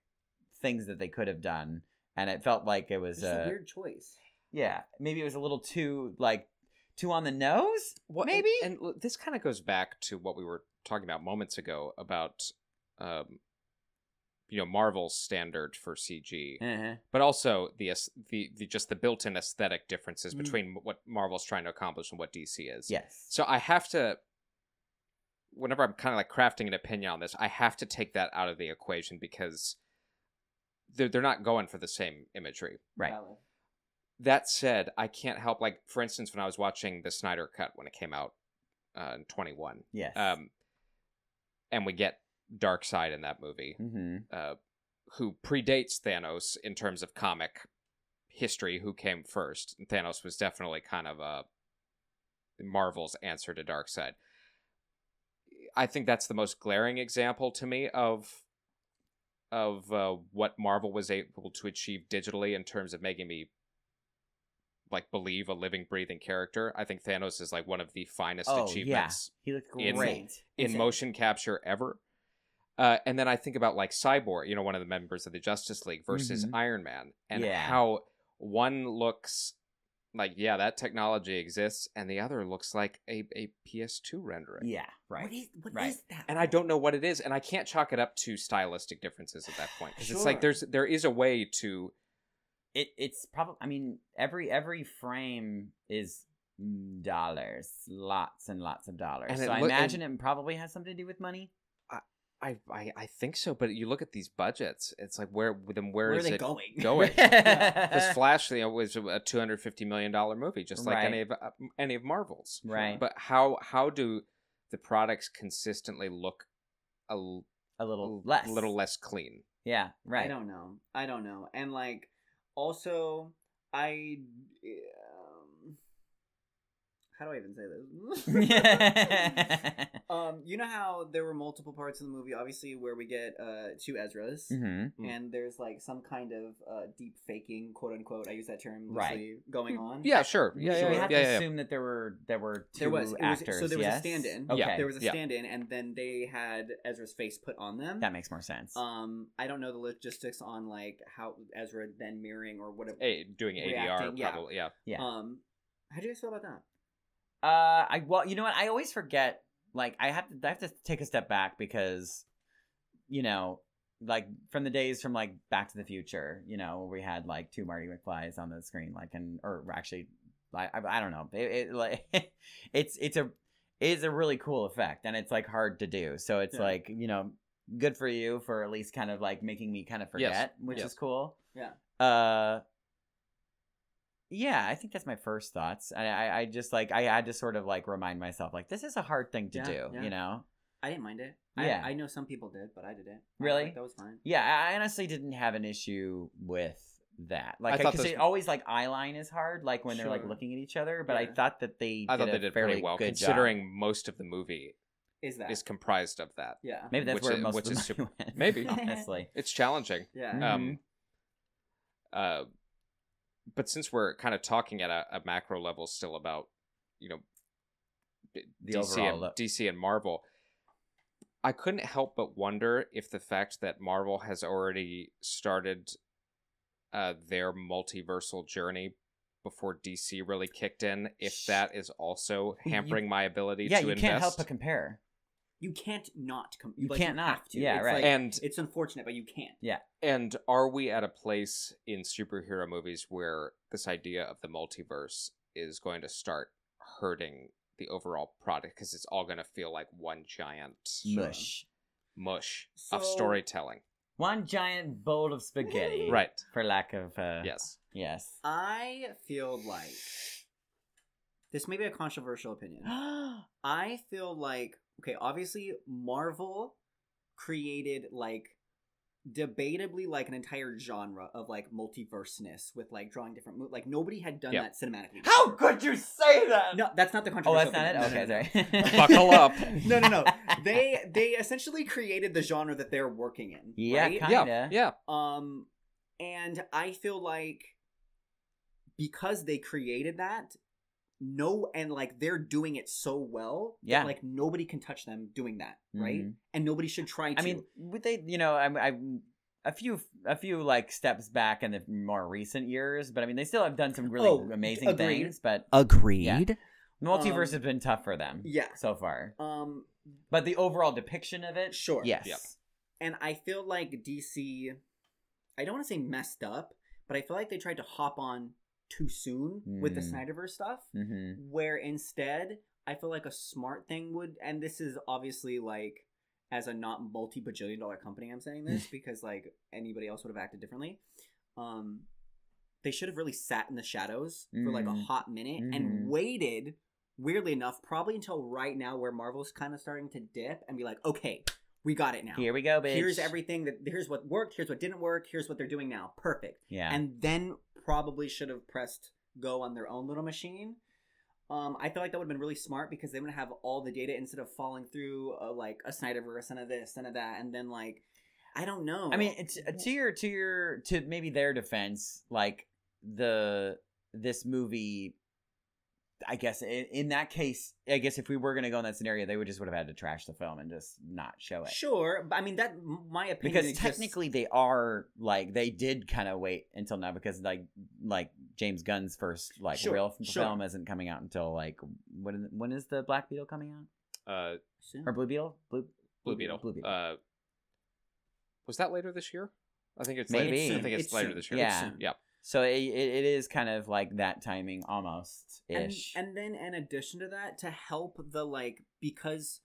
things that they could have done and it felt like it was
it's just
uh,
a weird choice.
yeah maybe it was a little too like too on the nose
Well, and-
Maybe?
And, l- this kind of goes back to what we were talking about moments ago about, um, you know, Marvel's standard for CG,
uh-huh.
but also the, aes- the the just the built-in aesthetic differences
Mm.
between what Marvel's trying to accomplish and what DC is.
yes
So I have to, whenever I'm kind of like crafting an opinion on this, I have to take that out of the equation because they're they're not going for the same imagery.
right
Valid.
That said, I can't help like for instance when I was watching the Snyder Cut when it came out uh, in 21,
yes
um, and we get Dark Side in that movie,
mm-hmm.
uh, who predates Thanos in terms of comic history. Who came first? Thanos was definitely kind of a Marvel's answer to Darkseid. I think that's the most glaring example to me of of uh, what Marvel was able to achieve digitally in terms of making me like believe a living, breathing character. I think Thanos is like one of the finest
Oh, yeah.
achievements
he looked
in-
great
in
Insane.
motion capture ever. Uh, and then I think about like Cyborg, you know, one of the members of the Justice League versus
Mm-hmm.
Mhm.
Iron Man, and
Yeah.
how one looks like, yeah, that technology exists, and the other looks like a, a PS2 rendering.
yeah
What
right
is what
Right.
is that?
And I don't know what it is, and I can't chalk it up to stylistic differences at that point. 'cause It's like
Sure.
there's there is a way to
it, it's probably i mean every every frame is mm, dollars lots and lots of dollars
And it
so i
loo-
imagine it probably has something to do with money
I, I I think so, but you look at these budgets, it's like where then
Where are
is
they
it
going?
going? Because
Yeah.
Flash, you know, was a two hundred fifty million dollar movie, just like
Right.
any of uh, any of Marvel's.
Right.
But how how do the products consistently look a l-
a little less.
little less clean?
Yeah, right.
I don't know. I don't know. And like, also, I. Um, how do I even say this? um, you know how there were multiple parts in the movie, obviously, where we get uh two Ezras,
hmm
Mm.
and there's like some kind of uh deep faking, quote unquote. I use that term
Right. Hmm.
loosely, going on.
Yeah, sure. Yeah,
so
yeah,
we
yeah,
have
yeah,
to
yeah.
assume that there were there were two
There was, it was-
actors.
so there was
yes?
a stand-in.
Okay,
Yeah,
There was a
Yeah.
stand-in, and then they had Ezra's face put on them.
that makes more sense.
um, I don't know the logistics on like how Ezra then mirroring or whatever.
A- doing ADR,
Reacting, yeah.
probably. Yeah.
Eh, Yeah.
Um, how do you guys feel about that?
uh, I well, you know what? I always forget. Like, I have to I have to take a step back because, you know, like from the days from like Back to the Future, you know, where we had like two Marty McFlys on the screen, like, and or actually, I I, I don't know. It, it like it's it's a it's a really cool effect, and it's like hard to do. So it's
Yeah.
like you know, good for you for at least kind of like making me kind of forget, which
Yes.
is cool.
Yeah.
Uh. Yeah, I think that's my first thoughts. I, I, I just like I had to sort of like remind myself like this is a hard thing to
Yeah,
do,
yeah.
you know.
I didn't mind it.
Yeah.
I, I know some people did, but I did it.
Really?
that was fine.
Yeah, I- I honestly didn't have an issue with that. Like,
thought
because
those-
it always like eye line is hard, like when they're like
Sure.
looking at each other. But I
Yeah.
thought that they
I
did
thought
a
they did
fairly
pretty well,
good job.
considering most of the movie
Is that?
is comprised of that.
yeah.
maybe that's
which
where
is-
most
which
of the
is
money went,
maybe.
honestly.
It's challenging.
Yeah.
Mhm.
Um,
Mm-hmm.
uh, but since we're kind of talking at a, a macro level still about, you know, d-
The
DC,
overall uh,
and,
look.
DC and Marvel, I couldn't help but wonder if the fact that Marvel has already started uh, their multiversal journey before DC really kicked in, if
Sh-
that is also
you-
hampering my ability
Yeah,
to
you
invest.
can't help but compare.
You can't not. Com-
You
like,
can't not.
have to.
Yeah,
It's
right.
like-
and
it's unfortunate, but you can't.
And are we at a place in superhero movies where this idea of the multiverse is going to start hurting the overall product because it's all going to feel like one giant
Mush.
mush of
So-
storytelling?
One giant bowl of spaghetti,
Right.
For lack of uh,
Yes.
yes.
I feel like this may be a controversial opinion. I feel like okay, obviously Marvel created like debatably like an entire genre of like multiverseness with like drawing different mo- like nobody had done
Yeah.
that cinematically.
How could you say that?
No, that's not the
Oh,
controversial.
that's not it.
thing. No, no, no.
Okay, sorry.
Buckle up.
No, no, no. They they essentially created the genre that they're working in.
Yeah,
right?
kind-
Yeah,
Kinda.
yeah.
Um, and I feel like because they created that, no, and like they're doing it so well, that,
Yeah.
like nobody can touch them doing that, right?
Mhm.
And nobody should try to.
I mean, would they? You know, I'm, I'm a few, a few like steps back in the more recent years, but I mean, they still have done some really
Oh,
amazing
agreed.
things. But
Agreed.
multiverse
Um,
has been tough for them
yeah.
so far.
Um,
But the overall depiction of it,
sure.
yes,
Yep.
And I feel like DC, I don't want to say messed up, but I feel like they tried to hop on too soon with the
Mm.
Snyderverse stuff.
hmm
where instead i feel like a smart thing would and this is obviously like as a not multi-bajillion dollar company i'm saying this because like anybody else would have acted differently um they should have really sat in the shadows for like a
Mm.
hot minute
Mhm.
and waited weirdly enough probably until right now where marvel's kind of starting to dip and be like okay we got it now
here we go, bitch.
here's everything that here's what worked here's what didn't work here's what they're doing now perfect
Yeah,
and then probably should have pressed go on their own little machine. Um, I feel like that would have been really smart because they would have all the data instead of falling through uh, like a Snyderverse and a this and a that, and then like I don't know.
I mean, it's uh, to your to your to maybe their defense, like the this movie. I guess i- in that case, I guess if we were going to go in that scenario, they would just would have had to trash the film and just not show it.
sure, but I mean that my opinion
because
is just-
technically they are like they did kind of wait until now because like like James Gunn's first like
Sure,
real f-
sure.
film isn't coming out until like when when is the Black Beetle coming out
Uh,
Soon.
or Blue Beetle Blue
Blue Beetle.
Blue Beetle
Uh, was that later this year? I think it's
Maybe.
Later. I think it's,
It's
later
soon.
this year.
Yeah.
It's soon. yeah.
so it, it, it is kind of like that timing almost
and,
ish
and then in addition to that, to help the like because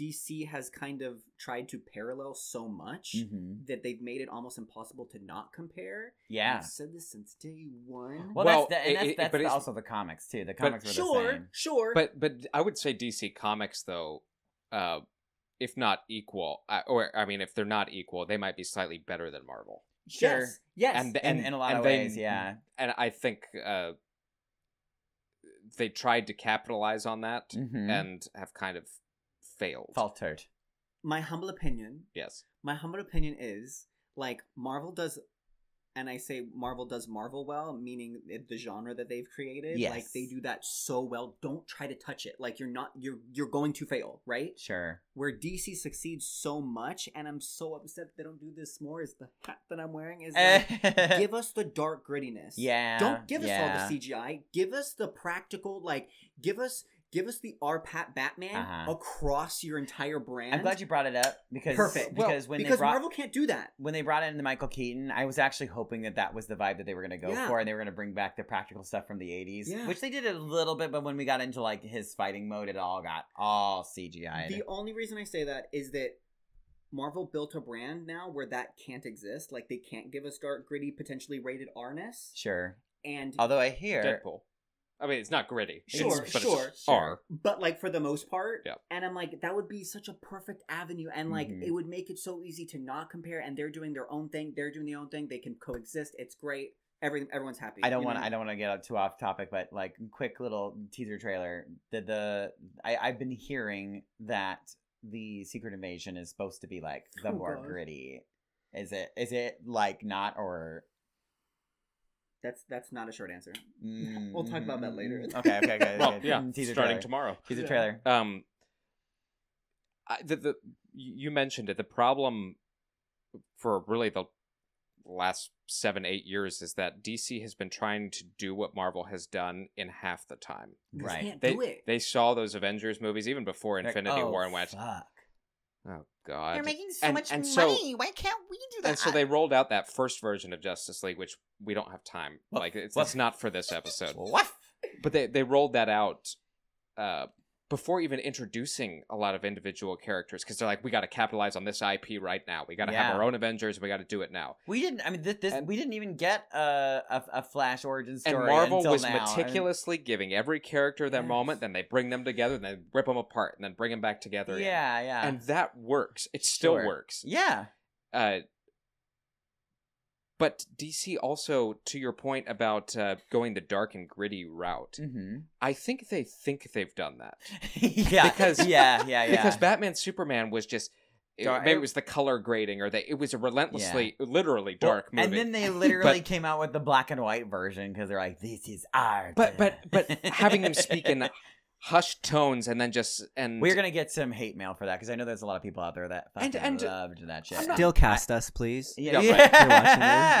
DC has kind of tried to parallel so much
Mm-hmm.
hmm
that they've made it almost impossible to not compare.
yeah
I've said this since day one.
well,
Well,
that's, the, and
it-
that's,
it-
that's
but
the-
it's-
also the comics too the comics were the
sure,
same
sure.
But but I would say DC Comics though, uh, if not equal, I- or I mean, if they're not equal, they might be slightly better than Marvel.
sure
yes, yes.
And
in, in a lot
and
of
they-
ways yeah
And I think uh, they tried to capitalize on that
Mhm.
and have kind of failed.
faltered
my humble opinion,
Yes.
my humble opinion is like Marvel does, and I say Marvel does Marvel well, meaning it- the genre that they've created.
Yes.
Like they do that so well. Don't try to touch it. Like you're not you're you're going to fail, right?
sure
Where DC succeeds so much, and I'm so upset they don't do this more. Is the hat that I'm wearing is like, give us the dark grittiness.
yeah
Don't give us
yeah.
all the CGI. Give us the practical, like give us give us the R Pat Batman
Uh-huh.
across your entire brand.
I'm glad you brought it up because
perfect
because when they brought
Marvel can't do that.
when they brought in the Michael Keaton, I was actually hoping that that was the vibe that they were going to go
Yeah.
for, and they were going to bring back the practical stuff from the '80s,
Yeah.
which they did a little bit. But when we got into like his fighting mode, it all got all CGI.
The only reason I say that is that Marvel built a brand now where that can't exist. Like they can't give us dark, gritty, potentially rated R-ness.
Sure.
And
Although I hear
Deadpool. I mean, it's not gritty.
Sure,
it's, but
sure.
It's R.
but like for the most part
Yeah.
and i'm like that would be such a perfect avenue and like
Mhm.
it would make it so easy to not compare and they're doing their own thing they're doing their own thing they can coexist it's great Every, everyone's happy
I don't
you
want
know?
I don't want to get out too off topic, but like quick little teaser trailer. The the I, I've been hearing that the Secret Invasion is supposed to be like the
Oh,
more
God.
gritty. Is it is it like not or
that's that's not a short answer We'll talk about that later.
Mm, Okay, okay, okay.
Well,
okay.
yeah.
Mm, Teaser
Starting
trailer.
tomorrow.
Teaser
Yeah.
trailer.
um I, the, the you mentioned it the problem for really the last seven eight years is that dc has been trying to do what marvel has done in half the time
They
Right.
can't
they
do it
they saw those avengers movies even before
Like,
infinity
oh,
war and went
Fuck.
oh god
They're making so
and-
much
and so-
money. Why can't we do that?
and so they rolled out that first version of justice league which we don't have time
Woof,
like it's,
woof.
it's not for this episode
What?
but they they rolled that out uh before even introducing a lot of individual characters because they're like, we got to capitalize on this IP right now. We got to
Yeah.
have our own Avengers. We got to do it now.
We didn't. I mean, this, this
And-
we didn't even get a a, a Flash origin story.
and Marvel
until
was
now.
meticulously giving every character their
Yes.
moment. Then they bring them together, and then rip them apart, and then bring them back together.
Yeah,
again.
yeah,
and that works. It still
Sure.
works.
yeah.
Uh, but DC also, to your point about uh, going the dark and gritty route,
Mm-hmm.
I think they think they've done that
yeah,
Because-
yeah, yeah, yeah.
because Batman Superman was just it-
Dark-
maybe it was the color grading or they it was a relentlessly, literally
Well,
dark movie.
And then they literally
But-
came out with the black and white version because they're like, "This is art."
but but but having them speak in hushed tones and then just and
We're gonna get some hate mail for that because I know there's a lot of people out there that
And-
fucking
and-
loved that shit.
I'm not-
Still cast us, please.
yeah,
Yeah,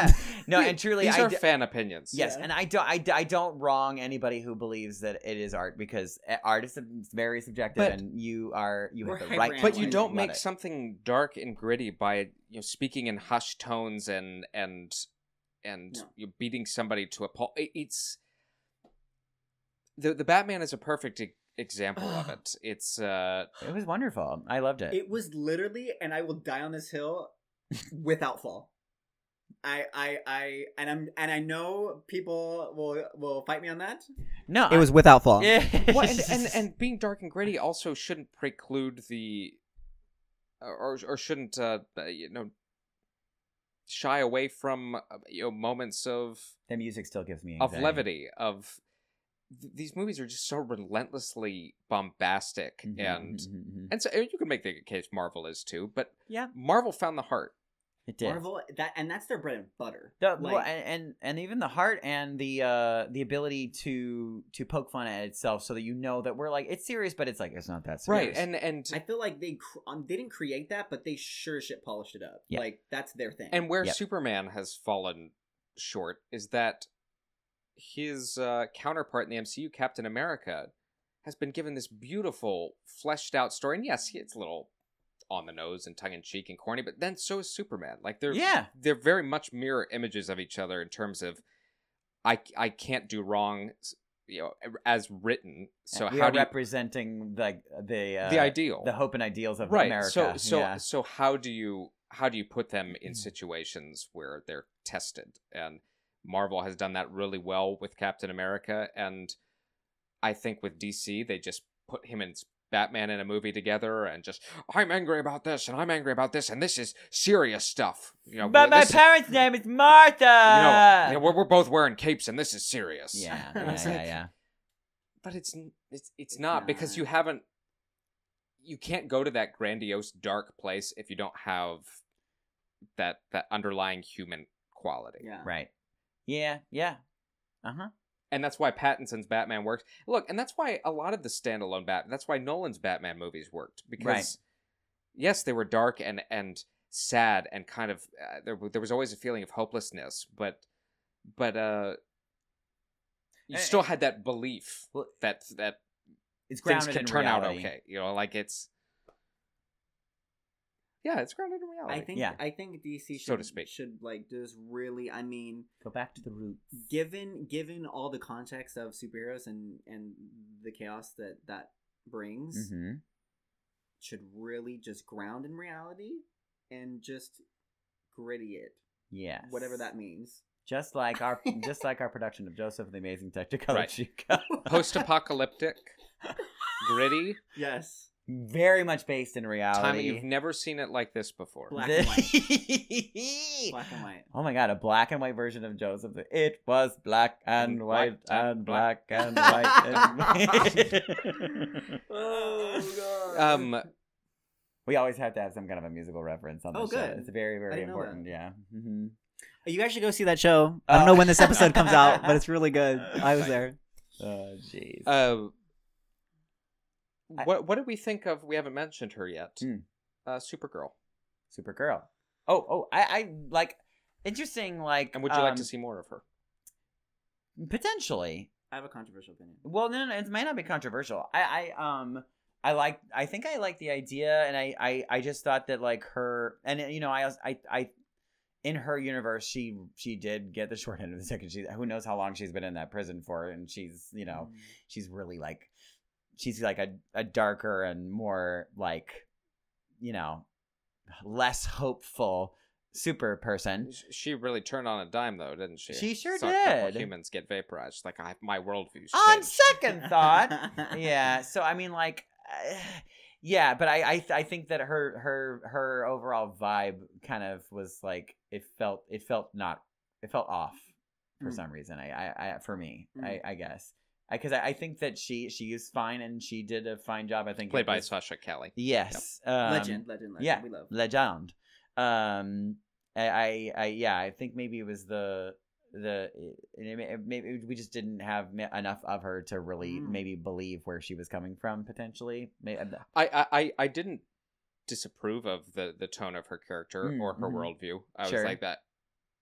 right. You're
no,
Th-
and truly,
these
I
are
d-
fan opinions.
Yes,
Yeah.
and I don't, I, d- I don't wrong anybody who believes that it is art because uh, art is sub- very subjective,
But-
and you are you have
We're
the right.
hyper-
But you
to
analyzing
don't
love
make
it.
something dark and gritty by you know speaking in hushed tones and and and
No.
you beating somebody to a pulp. It, it's the the Batman is a perfect e- example of it. It's uh
It was wonderful. I loved it.
It was literally, and I will die on this hill without fall. I, I, I, and I'm, and I know people will will fight me on that.
no,
It was without fault.
Yeah.
well, and, and and being dark and gritty also shouldn't preclude the or or shouldn't uh you know shy away from uh, you know moments of
the music still gives me
of
anxiety.
levity of th- these movies are just so relentlessly bombastic
Mhm,
and
mhm, mhm, mhm.
and so and you can make the case marvel is too but
Yeah.
marvel found the heart
it did.
Marvel that, and that's their bread and butter.
The,
Like,
well, and, and and even the heart and the uh the ability to to poke fun at itself so that you know that we're like it's serious but it's like it's not that
right
serious
and and
I feel like they cr- um, they didn't create that, but they sure as shit polished it up.
Yeah.
Like that's their thing.
and where
Yep.
superman has fallen short is that his uh, counterpart in the mcu captain america has been given this beautiful fleshed out story and yes it's a little on the nose and tongue-in-cheek and corny but then so is superman like they're
yeah
they're very much mirror images of each other in terms of I I can't do wrong, s- you know, as written. So
we
how
are
do you,
representing like the uh,
the ideal,
the hope and ideals of
right?
America.
So so
yeah. Mm.
so how do you how do you put them in situations where they're tested? And Marvel has done that really well with Captain America, and I think with DC they just put him and Batman in a movie together, and just I'm angry about this, and I'm angry about this, and this is serious stuff. You know,
but my
this is-
parents' name is
you know,
Martha.
you know, we're, we're both wearing capes and this is serious.
yeah,
And I
yeah,
was
yeah,
like,
yeah.
But it's n- it's it's not
not.
because you haven't you can't go to that grandiose dark place if you don't have that that underlying human quality.
yeah,
Right. Yeah, yeah. Uh huh.
And that's why Pattinson's Batman worked. Look, and that's why a lot of the standalone Batman, that's why Nolan's Batman movies worked because yes, they were dark and and sad and kind of uh, there w- there was always a feeling of hopelessness, but but uh you
Eh,
still
eh.
had that belief
Well,
that that
It's
things
grounded
can
in
turn out
reality.
okay. You know, like it's yeah, it's grounded in reality.
I think
Yeah.
I think DC should,
So to speak.
should like just really. I mean,
Go back to the root.
given given all the context of superheroes and and the chaos that that brings,
Mm-hmm.
should really just ground in reality and just gritty it,
Yeah.
whatever that means.
Just like our, just like our production of Joseph and the Amazing Technicolor
Right.
Chico.
post-apocalyptic, gritty,
Yes,
Very much based in
time
reality.
you've never seen it like this before.
Black and
white.
black and white.
Oh my god, a black and white version of Joseph. It was black and,
And
white
black and
and black and white and white.
oh god.
Um
we always have to have some kind of a musical reference on the
Oh,
show.
good.
It's very, very
didn't know that.
important. Yeah. hmm
Uh,
you guys should go see that show.
I don't know
Oh.
when this episode comes out, but it's really good. I was there.
Oh, jeez.
uh,
I-
what what did we think of? We haven't mentioned her yet.
Hmm.
Uh, Supergirl.
Supergirl. Oh, oh, I, I like. Interesting. Like,
And would you like
um,
to see more of her?
potentially?
I have a controversial opinion.
Well, no, no, it might not be controversial. I, I, um, I like. I think I like the idea, and I, I, I just thought that like her, and you know, I, als- I, I, in her universe, she, she did get the short end of the stick. and She, who knows how long she's been in that prison for, and she's, you know, she's really like. she's like a, a darker and more like you know less hopeful super person
Sh- She really turned on a dime, though, didn't she?
hmm? She sure
Saw a couple of
did.
Humans get vaporized. She's Like I, my worldview's
on
changed.
second thought yeah so i mean like uh, yeah but I, I i think that her her her overall vibe kind of was like it felt it felt not it felt off for
Mm.
some reason i i, I for me
Mm.
i i guess because I, 'cause I, I think that she she is fine and she did a fine job i think it
Played by
was-
Sasha Kelly.
yes um,
legend, legend, legend.
yeah.
we love.
legend um I, I i yeah i think maybe it was the the it- it- maybe we just didn't have ma- enough of her to really
Mm.
maybe believe where she was coming from potentially May- uh,
I, I, I, I didn't disapprove of the the tone of her character
Mm,
or her
mhm.
worldview. I
Sure.
was like that.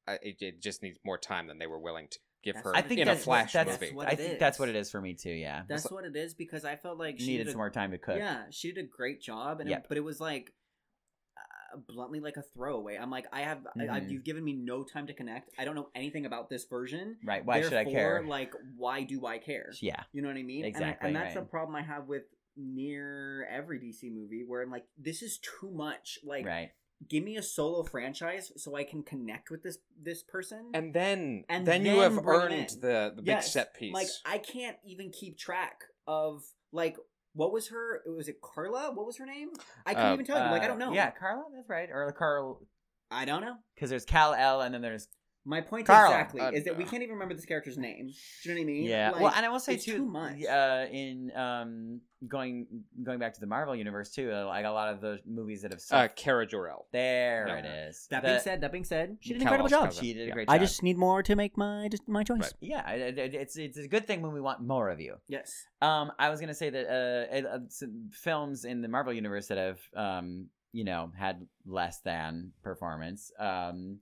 I, it, it just needs more time than they were willing to give
That's
her
what
i think
in a
that's
Flash
that's,
movie.
what
i
it
think that's
is.
what it is for me too yeah
That's what it is because I felt like she
needed
did a-
some more time to cook
Yeah, she did a great job, and it-
Yep.
but it was like uh, bluntly like a throwaway. I'm like, I have, I, I've,
Mhm.
you've given me no time to connect. I don't know anything about this version.
right why should i
Therefore,
care
Like, why do I care?
yeah
You know what I mean? And I-
Exactly,
And, that's
right.
the problem I have with near every DC movie, where I'm like, this is too much. Like,
right
give me a solo franchise so I can connect with this this person.
And then,
And
then, you
then
have
bring
earned
in-
the, the big
Yes,
set piece.
Like, uh, I can't even keep track of like. What was her? Was it Carla? What was her name? I can't
Uh,
even tell you. Like I
Uh,
don't know.
yeah carla that's right or carl
I don't know.
because there's cal l and then there's
My point
Carla.
exactly
Uh,
is that we can't even remember this character's name. Do you know what I mean?
Yeah.
Like,
well, and I will say
it's
too,
too much.
Uh, in um, going going back to the Marvel universe too, uh, like a lot of those movies that have.
uh,
suffered-
Cara Jor-El.
there
yeah.
it is.
that
The-
being said, that being said,
She did an
Cal
incredible
Oscar's
job.
cousin.
she did a
Yeah.
great job.
I just need more to make my my choice.
Right.
Yeah, I- I- I- it's it's a good thing when we want more of you.
yes,
Um, I was gonna say that uh, it- uh, some films in the Marvel universe that have um, you know, had less than performance, um,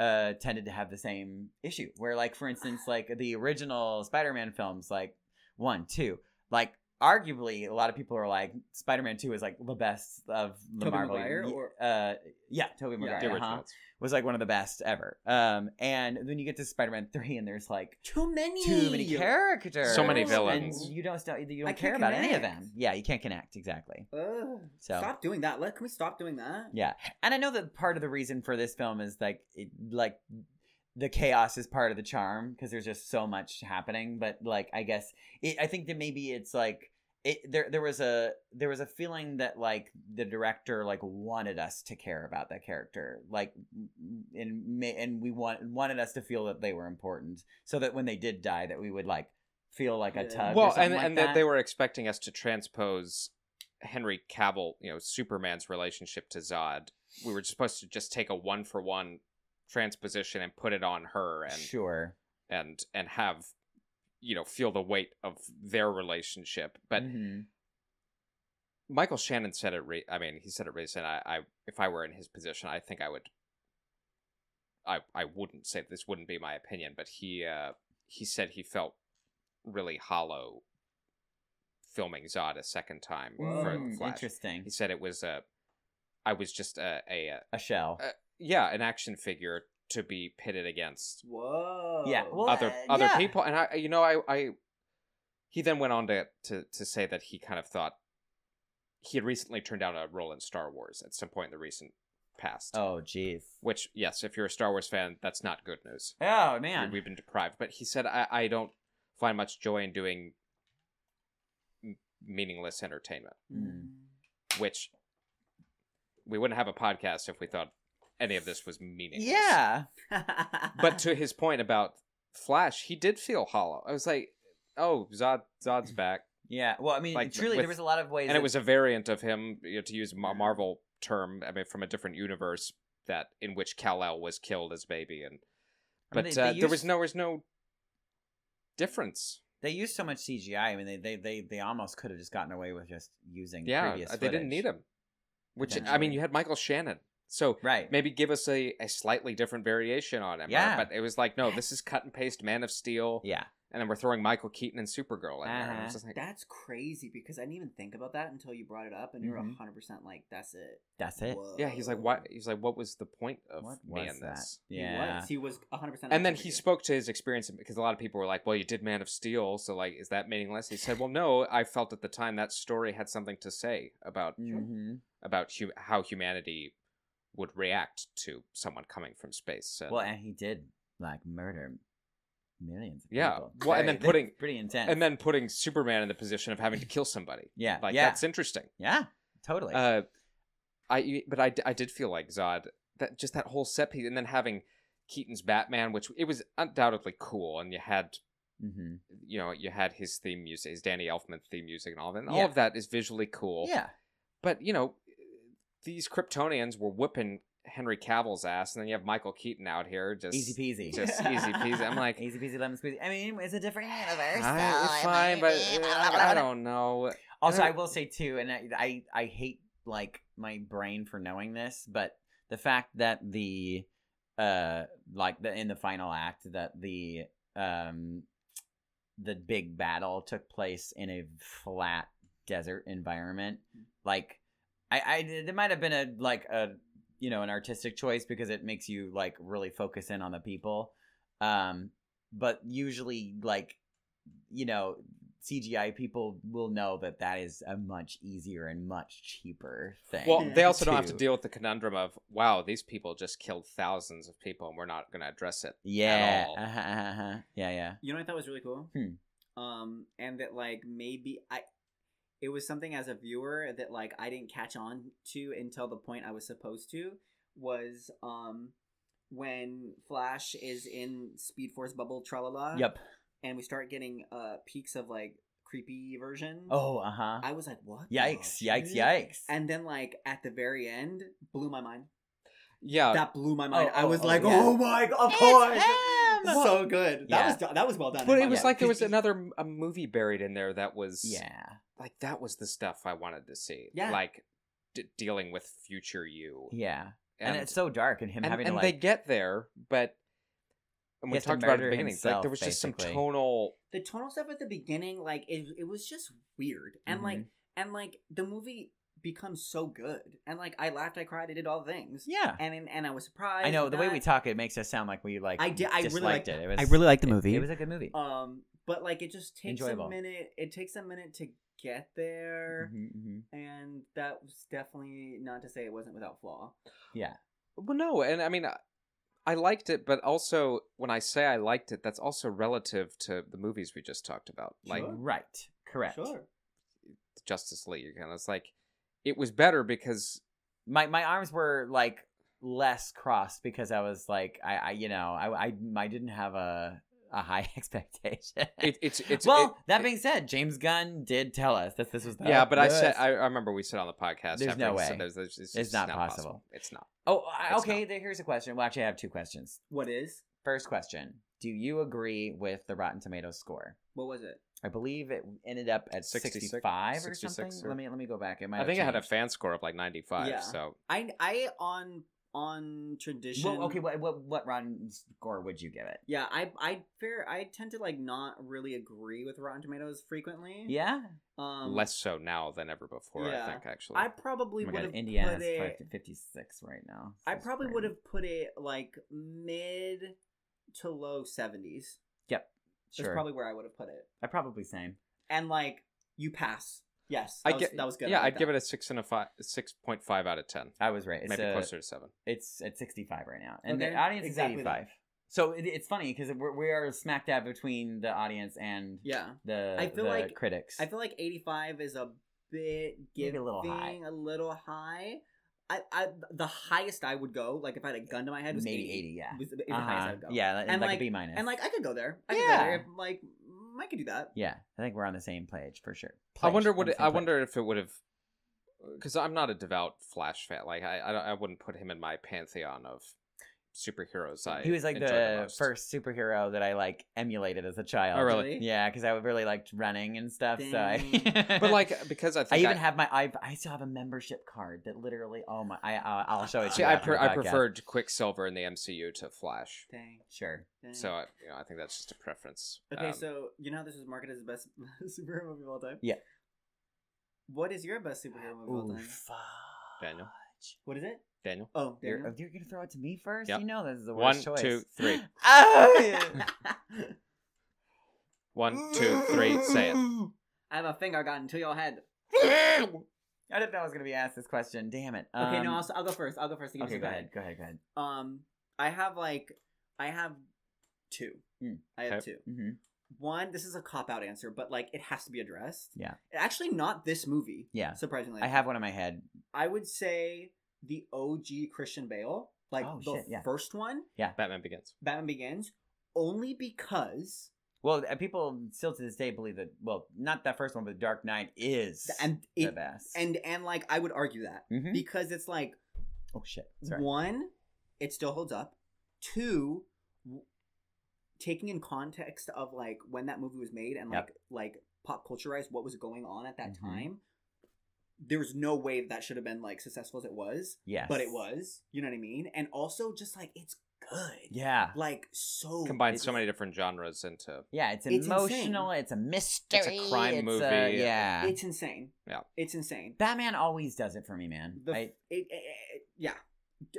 uh, tended to have the same issue. Where, like, for instance, like the original Spider-Man films, like one, two, like arguably a lot of people are like Spider-Man two is like the best of the
Tobey
Marvel.
Maguire
y-
or-
uh, yeah, Tobey
Yeah.
Maguire
The
uh-huh,
originals.
was like one of the best ever. Um, and then you get to Spider-Man three, and there's like
too many,
too many characters,
So many
and
villains.
you don't st- you
I
don't
can't
care about any of
connect.
them. Yeah, you can't connect exactly.
Ugh.
So-
Stop doing that. Let, can we stop doing that?
Yeah, and I know that part of the reason for this film is like it, like the chaos is part of the charm because there's just so much happening. But like I guess it, I think that maybe it's like it there there was a there was a feeling that like the director like wanted us to care about that character like and ma- and we want wanted us to feel that they were important so that when they did die that we would like feel like a
Yeah.
tug
well
or Uh, something
and
like
and
that.
that they were expecting us to transpose henry cavill you know superman's relationship to zod we were supposed to just take a one for one transposition and put it on her and
sure
and and have you know feel the weight of their relationship but
Mhm.
michael shannon said it re- i mean he said it recently I, I if i were in his position i think i would i i wouldn't say this wouldn't be my opinion but he uh he said he felt really hollow filming zod a second time for
Whoa.
the
Mm,
flash
interesting
he said it was uh I was just a, a, uh
a shell
yeah an action figure to be pitted against
Whoa.
Yeah, well,
other
uh,
other
yeah.
people and i you know i i he then went on to, to to say that he kind of thought he had recently turned down a role in star wars at some point in the recent past
oh jeez
which yes if you're a star wars fan that's not good news
oh
We-
man
we've been deprived but he said i i don't find much joy in doing m- meaningless entertainment
Mm.
which we wouldn't have a podcast if we thought any of this was meaningless
yeah
but to his point about Flash, he did feel hollow. I was like, oh, Zod, Zod's
Mm-hmm.
back,
Yeah. Well, I mean,
Like,
truly,
with-
there was a lot of ways.
and it
that-
was a variant of him you know, to use a Mar- Marvel term. I mean, from a different universe that in which Kal El was killed as baby, and
I mean,
but
they-
uh,
they
there was
used-
no, there was no difference.
They used so much CGI. I mean, they they they, they almost could have just gotten away with just using.
Yeah,
previous
uh, they didn't
footage.
need him. Which I mean,
Potentially.
you had Michael Shannon, so
Right.
maybe give us a, a slightly different variation on him. uh, or-
Yeah.
but it was like, no, this is cut and paste Man of Steel.
Yeah.
and then we're throwing Michael Keaton and Supergirl in there. And I was
Uh-huh.
just like,
That's crazy because I didn't even think about that until you brought it up, and you're
Mhm.
100 percent like, that's it.
That's it.
Mm-hmm. yeah, he's like, what? He's like, what was the point of
What
me
was
in
that?
this?
Yeah.
Yeah.
He was 100. percent
And then he spoke to his experience because a lot of people were like, "Well, you did Man of Steel, so like, is that meaningless?" He said, "Well, no. I felt at the time that story had something to say about
hmm
about hu- how humanity would react to someone coming from space." And,
Well, and he did like murder millions. Of
Yeah.
People.
Well, and then putting-
pretty intense.
and then putting Superman in the position of having to kill somebody,
yeah,
like
yeah,
that's interesting.
yeah, totally.
Uh, I but I, d- I did feel like Zod that just that whole set piece, and then having Keaton's Batman, which it was undoubtedly cool, and you had
hmm
you know you had his theme music, his Danny Elfman theme music, and all that. And all
Yeah.
of that is visually cool.
Yeah,
But you know, these Kryptonians were whipping Henry Cavill's ass, and then you have Michael Keaton out here just
easy peasy.
just easy peasy. I'm like.
easy peasy lemon squeezy. I mean, it's a different
I,
universe. so
it's
it
fine,
might
but
be-
uh, I, I don't know.
Also,
I
I
don't-
will say too, and I, I I hate like my brain for knowing this, but the fact that the uh like the in the final act that the um the big battle took place in a flat desert environment, like I I it might have been a like a you know an artistic choice because it makes you like really focus in on the people, um, but usually like you know CGI people will know that that is a much easier and much cheaper thing.
Well, they also don't have to
do.
deal with the conundrum of wow, these people just killed thousands of people, and we're not going to address it.
Yeah.
all.
Uh-huh, uh-huh, uh-huh. Yeah, yeah.
You know what I thought was really cool?
Hmm.
Um, and that like maybe I, it was something as a viewer that like I didn't catch on to until the point I was supposed to was um when Flash is in Speed Force bubble tralala.
Yep.
And we start getting uh peaks of like creepy version.
Oh, uh huh.
I was like, what? the
Yikes, yikes,
shit?
yikes.
And then like at the very end, blew my mind.
Yeah,
that blew my mind.
oh,
I
oh,
was
oh,
like,
yeah.
oh my god, of course. So good.
Yeah.
That was that was well done.
but
in
it
my
was
mind.
like there was another m- a movie buried in there that was
yeah.
like that was the stuff I wanted to see.
Yeah.
like d- dealing with future you,
Yeah. And, it's so dark and him
and,
having
and
to
they
like
get there, but and
He
we
has to
talked about it at the
murder
beginning. like
himself,
there was just some
basically.
tonal.
the tonal stuff at the beginning, like it, it was just weird. And
Mm-hmm.
like and like the movie becomes so good. And like I laughed, I cried, I did all the things.
Yeah.
And and, and I was surprised.
I know
and
the way
that.
we talk it makes us sound like we like
I did- I really
disliked
liked-
it. it was,
I really like the movie.
It was a good movie.
Um but like it just takes a
Enjoyable.
minute it takes a minute to get there.
Mhm, mhm.
And that was definitely not to say it wasn't without flaw.
Well, no, and I mean. I, I liked it, but also when I say I liked it, that's also relative to the movies we just talked about. Like
Sure.
Right. Correct.
Sure.
Justice League, and it's like it was better because
My my arms were like less crossed because I was like I, I you know I, I I didn't have a a high expectation.
it, it's it's
well,
it-
that being said, James Gunn did tell us that this was the
yeah, but I said
Yes.
I, I remember we said on the podcast.
There's
after
no
we said
way.
there's- there's- it's, just
not possible.
It's not.
Oh, I,
It's
okay.
not.
There, here's a question. Well, actually, I have two questions.
What is?
First question: Do you agree with the Rotten Tomatoes score?
What was it?
I believe it ended up at
66
65 or
66
something.
or-
Let me let me go back. It might
I
have
think I had a
changed.
fan score of like 95.
Yeah.
So
I I on on tradition.
Well, okay, what, what what Rotten score would you give it?
Yeah, I I fair I tend to like not really agree with Rotten Tomatoes frequently.
Yeah,
Um
less so now than ever before. I
yeah.
think actually.
I probably
oh my
would
God,
have put
Indiana's
it
50 56 right now. This
I
is
probably
great.
would have put it like mid to low 70s.
Yep,
That's
sure.
probably where I would have put it.
I probably same.
And like you pass. Yes.
I
That, was,
get-
that was good.
Yeah, I'd give it a six and a five, six point five out of ten.
I was right. It's
Maybe
a-
closer to seven.
It's at 65 right now, and
Okay,
the audience
exactly
is
that.
85. So it, it's funny because we are smack dab between the audience and
Yeah.
the
I feel
the
like-
critics.
I feel like 85 is a
Maybe
bit giving
a little high.
a little high. I, I the highest I would go, like if I had a gun to my head, was
Maybe
80.
80, yeah.
was, is the highest I
uh
would go.
Yeah, and
And,
like,
like-
a B minus.
And like I could go there. I could
Yeah.
go there. If, like mm, I could do that.
yeah, I think we're on the same page for sure.
I wonder
Pledge, on
what
the
it,
same
I
pledge.
wonder if it would have. Because I'm not a devout Flash fan. Like I, I, don't- I wouldn't put him in my pantheon of superheroes I
he was like
enjoy
the
most.
first superhero that I like emulated as a child.
Oh, really?
Yeah, because I would really liked running and stuff. So I,
Dang.
But like because I
I
think
even have my I, I still have a membership card that literally. Oh my! I I'll, I'll show it to
See,
you.
I, pre-
after the
I
podcast.
preferred Quicksilver in the MCU to Flash.
Dang.
Sure.
dang.
So I, you know, I think that's just a preference.
Okay,
Um,
so you know how this was marketed as the best superhero movie of all time?
Yeah.
What is your best superhero movie of all
Ooh,
time?
fuck.
Daniel,
What is it?
Daniel,
Oh,
You're,
Daniel.
you're gonna throw it to me first.
Yep.
You know this is the
One,
worst choice.
two, three.
oh, yeah.
one, two, three, say it.
I have a finger gotten to your head.
I didn't know I was gonna be asked this question. Damn it.
Okay,
Um,
no, I'll, I'll go first. I'll go first. to give
okay,
you some
go
time.
ahead. Go ahead. Go ahead.
Um, I have like, I have two.
Mm.
I have
Okay.
two.
hmm
One, this is a cop out answer, but like it has to be addressed.
Yeah.
Actually, not this movie.
Yeah.
Surprisingly,
I have one in my head.
I would say the OG Christian Bale, like
Oh,
the
shit, yeah.
first one,
Batman Begins.
Batman Begins, only because
Well, uh, people still to this day believe that. Well, not that first one, but Dark Knight is
the, and
the
it,
best.
and and like I would argue that
Mhm.
because it's like
oh shit, sorry.
one, it still holds up. Two, w- taking in context of like when that movie was made and
Yep.
like like pop cultureized what was going on at that
Mhm.
time. There's no way that, that should have been like successful as it was,
Yes,
but it was. You know what I mean? And also, just like it's good,
Yeah,
like so
Combines so
it's-
many different genres into
yeah. It's
It's
emotional. It's a mystery.
crime
it's a-
movie.
yeah,
It's insane.
Yeah.
it's insane.
Batman always does it for me, man.
The,
I-
it, it, it- yeah,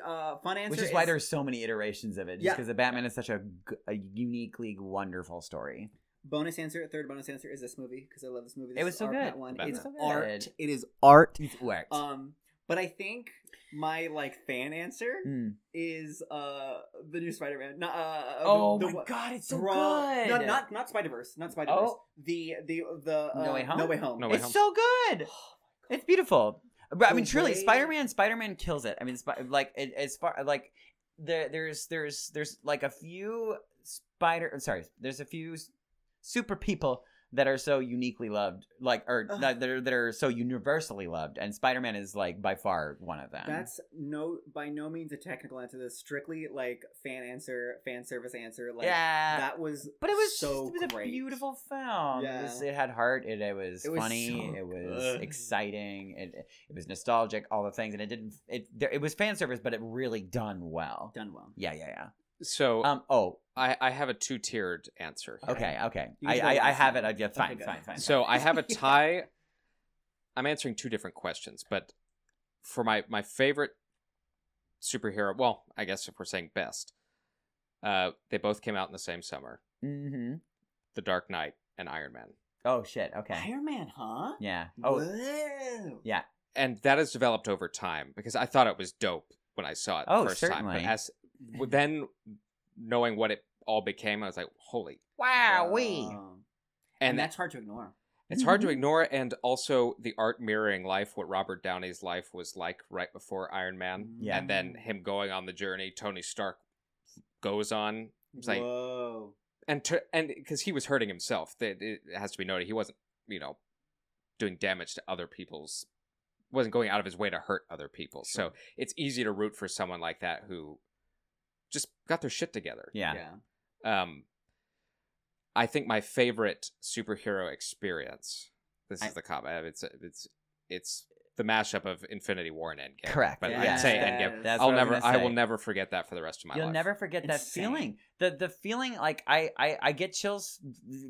uh, fun answer.
which is why
is-
there's so many iterations of it. Just
Yeah.
because the Batman is such a, g- a uniquely wonderful story.
bonus answer. Third bonus answer is this movie because I love this movie. This
It was
is
so
our
good.
Pat One.
Batman.
It's
So
good.
art. It is art.
It's worked.
Um, but I think my like fan answer
Mm.
is uh the new Spider-Man. No, uh, uh, the-
Oh
the
my
one-
god, it's so
Bra-
good.
No, not not Spider Verse. Not Spider Verse.
Oh.
The the the uh,
No Way Home?
No way home.
No Way
it's so good. It's beautiful. But I mean, truly,
way-
Spider Man, Spider Man kills it. I mean, Spi- like it, as far like there, there's there's there's like a few spider. I'm Sorry, there's a few s- super people that are so uniquely loved, like or
Ugh.
that that are, that are so universally loved, and Spider Man is like by far one of them.
That's no by no means a technical answer. That's strictly like fan answer, fan service answer. Like
yeah.
that was.
but it was
so
just, it was
great.
a beautiful film. It,
Yeah.
was, it had heart. It, it was
It was
funny.
so
it was
good.
exciting. It it was nostalgic. All the things, and it didn't. It there, it was fan service, but it really done well.
done well.
Yeah, yeah,
So
yeah. Um. Oh.
I, I have a two tiered answer. here.
Okay. Okay.
You
I
can go with
I, I
this
have it. I,
one.
yeah, fine,
Okay, good.
fine. Fine.
So I have a tie. I'm answering two different questions, but for my my favorite superhero, well, I guess if we're saying best, uh, they both came out in the same summer:
Mm-hmm.
The Dark Knight and Iron Man,
Oh shit. Okay.
Iron Man, huh?
Yeah. Oh.
Whoa.
Yeah.
and that has developed over time because I thought it was dope when I saw it the
Oh,
first time,
certainly.
but as then knowing what it all became, I was like, holy!
Wow. We.
Uh,
Wow.
And, um,
and
that's
that's hard to ignore.
it's hard
Mm-hmm.
to ignore, and also the art mirroring life, what Robert Downey's life was like right before Iron Man.
Yeah.
Mm-hmm.
and then him going on the journey Tony Stark goes on. It's like
whoa.
and to, and because he was hurting himself, that it has to be noted he wasn't you know doing damage to other people's wasn't going out of his way to hurt other people. So it's easy to root for someone like that who just got their shit together.
Yeah.
Um, I think my favorite superhero experience. This
I-
is the cop. It's it's it's the mashup of Infinity War and Endgame.
Correct.
but
Yeah.
I'd say
Yes.
Endgame.
That's
I'll
what
never.
I, was gonna
I
say.
will never forget that for the rest of my
You'll
life.
never forget that
Insane.
feeling. The the feeling like I, I I get chills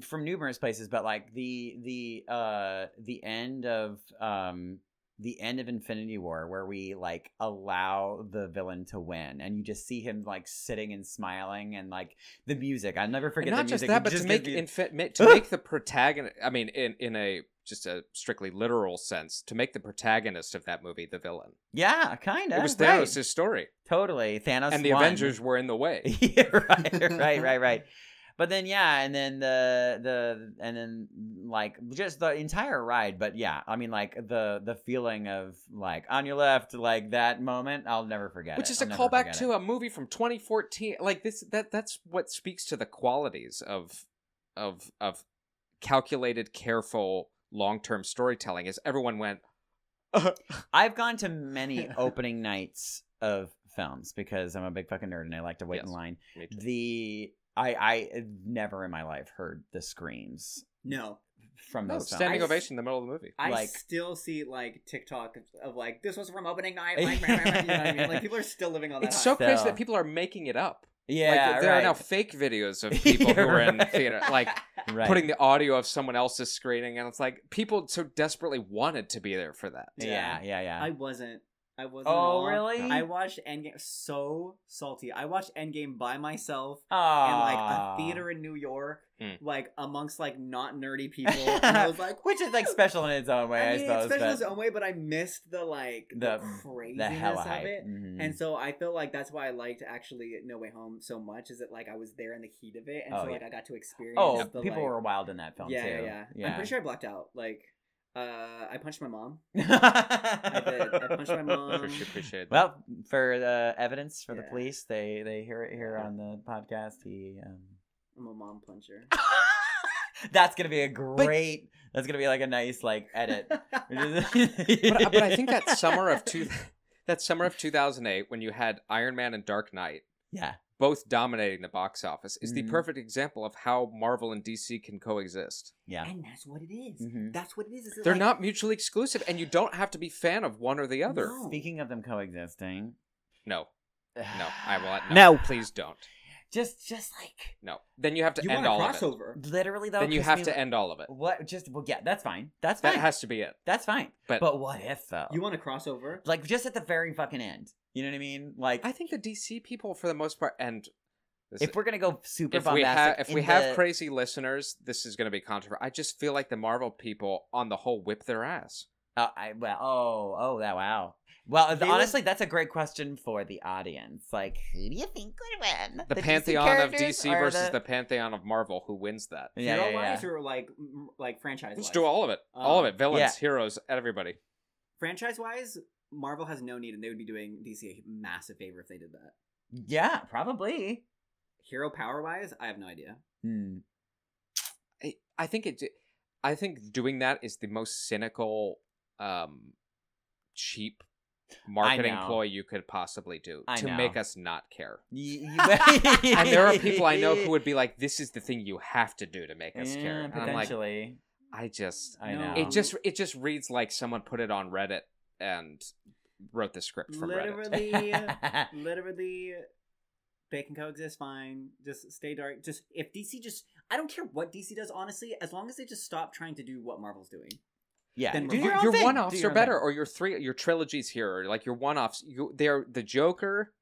from numerous places, but like the the uh the end of um the end of Infinity War where we like allow the villain to win and you just see him like sitting and smiling and like the music. I'll never
And
forget
not
the
just
music.
that,
It
but to
just
make
gives me-
infi- ma- to make the protagonist. I mean, in in a just a strictly literal sense, to make the protagonist of that movie the villain.
Yeah, kinda.
it was
right.
Thanos' story,
Totally. Thanos
and the
won.
Avengers were in the way.
yeah, right, right, right, right. But then, yeah, and then the the and then like just the entire ride. But yeah, I mean, like the the feeling of like on your left, like that moment, I'll never forget.
Which
it.
is a
I'll never
callback
forget
to
it.
a movie from 2014. Like this, that that's what speaks to the qualities of of of calculated, careful, long term storytelling. Is everyone went
I've gone to many opening nights of films because I'm a big fucking nerd and I like to wait in
Yes.
line.
Me too.
The I I have never in my life heard the screams
No,
from
No,
those films.
standing
I-
ovation in the middle of the movie.
I
Like-
still see like TikTok of like this was from opening night. Like, you know what I mean? like people are still living on that.
It's
high.
so crazy
So-
that people are making it up.
yeah,
like, there
right.
are now fake videos of people who
You're
are in the
right.
theater, like
right.
putting the audio of someone else's screening, and it's like people so desperately wanted to be there for that.
yeah, yeah, yeah.
I wasn't. I wasn't. at
oh
all.
really?
I watched Endgame. So salty. I watched Endgame by myself in like a
Ah.
Aw.
theater in New York,
Mm.
like amongst like not nerdy people. and I was like,
which is like special in its own way, I,
I mean,
suppose.
it's special
but
in its own way, but I missed the like the,
the
craziness
the hella
of
hype.
it.
Mhm.
And so I feel like that's why I liked actually No Way Home so much is that like I was there in the heat of it, and
Oh,
so
yeah.
like I got to experience.
oh,
the,
people
like-
were wild in that film
yeah,
too.
yeah, yeah, I'm pretty sure I blacked out. Like, uh, I punched my mom.
I
did. I punched my mom.
Sure, she appreciated that.
Well, for the evidence for the
Yeah.
police, they they hear it here on the podcast. He, um...
I'm a mom puncher.
that's gonna be a great. That's gonna be like a nice like edit. but,
uh,
uh, but, but I think that summer of two, that summer of 2008, when you had Iron Man and Dark Knight
yeah,
both dominating the box office, is the
Mhm.
perfect example of how Marvel and DC can coexist.
yeah,
and that's what it is.
Mhm.
That's what it is. is that,
They're
like,
not mutually exclusive, and you don't have to be fan of one or the other.
No.
Speaking of them coexisting,
No, no, I will not.
No.
no. Please don't.
just just like
No. Then you have to
You
end
want a
all of it.
crossover?
literally though.
Then you
Chris
have
Mew-
to end all of it.
What? Just well, yeah, that's fine. That's
That
fine.
has to be it.
that's fine.
But-
But, what if though?
You want a crossover?
like just at the very fucking end. You know what I mean? Like
I think the DC people, for the most part, and this,
if we're gonna go super
if we have
bombastic
if we
in
have
the-
crazy listeners, this is going to be controversial. I just feel like the Marvel people, on the whole, whip their ass.
Oh, I, well, oh, oh, that wow. Well,
They would-
honestly, that's a great question for the audience. Like, who do you think would win?
The,
DC
pantheon of
characters
DC
or
versus the... pantheon of Marvel. Who wins that?
yeah,
Hero
yeah, yeah.
wise or like m- like franchise?
Let's do all of it. all of it. Villains,
yeah.
heroes, everybody.
Franchise wise, Marvel has no need, and they would be doing DC a massive favor if they did that.
yeah, probably.
Hero power wise, I have no idea.
Hmm.
I, I think it. I think doing that is the most cynical, um, cheap marketing
know.
ploy you could possibly do
I
to
know.
make us not care.
Y-
and there are people I know who would be like, "This is the thing you have to do to make us care."
yeah,
And I'm like,
potentially. Um,
I just,
I
No.
know.
it just, it just reads like someone put it on Reddit and wrote the script from Reddit.
Literally, literally, they can coexist fine. Just stay dark. Just if DC just, I don't care what DC does. Honestly, as long as they just stop trying to do what Marvel's doing.
yeah.
Then
do
we're-
your
Your,
own thing. Do
one-offs
your
are
own
better,
thing.
or your three, your trilogies here, or like your one-offs. You, they're the Joker.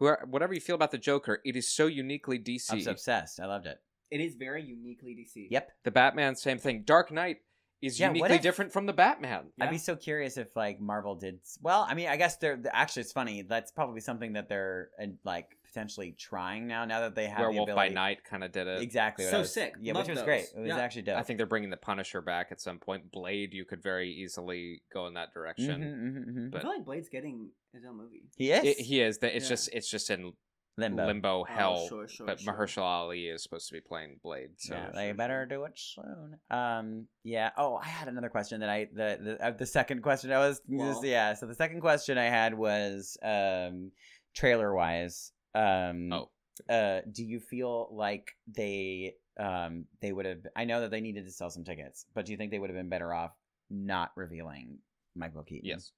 Whoever, whatever you feel about the Joker, it is so uniquely DC.
I was obsessed. I loved it.
It is very uniquely DC.
Yep.
The Batman, same thing. Dark Knight is
Yeah, what
uniquely
if-
different from the Batman.
Yeah.
I'd be so curious if like Marvel did s- well. I mean, I guess they're actually it's funny. That's probably something that they're uh, like potentially trying now. Now that they have
Werewolf
the
by
ability.
Night uh, kind of did it.
Exactly. what
So
I was-
sick.
Yeah,
Love
which was
those.
great. It was
Yeah.
actually dope.
I think they're bringing the Punisher back at some point. Blade, you could very easily go in that direction.
Mhm, mhm, mhm.
But-
I feel like Blade's getting his own movie.
He is.
It- he is. That it's
Yeah.
just it's just in
limbo.
limbo, hell.
Oh, sure, sure,
but
sure.
Mahershala Ali is supposed to be playing Blade. So
yeah, they better do it soon. Um, yeah. Oh, I had another question that I the the, uh, the second question I was
Well.
yeah. So the second question I had was um, trailer wise. Um,
Oh.
Uh, do you feel like they um they would have? I know that they needed to sell some tickets, but do you think they would have been better off not revealing Michael Keaton?
yes,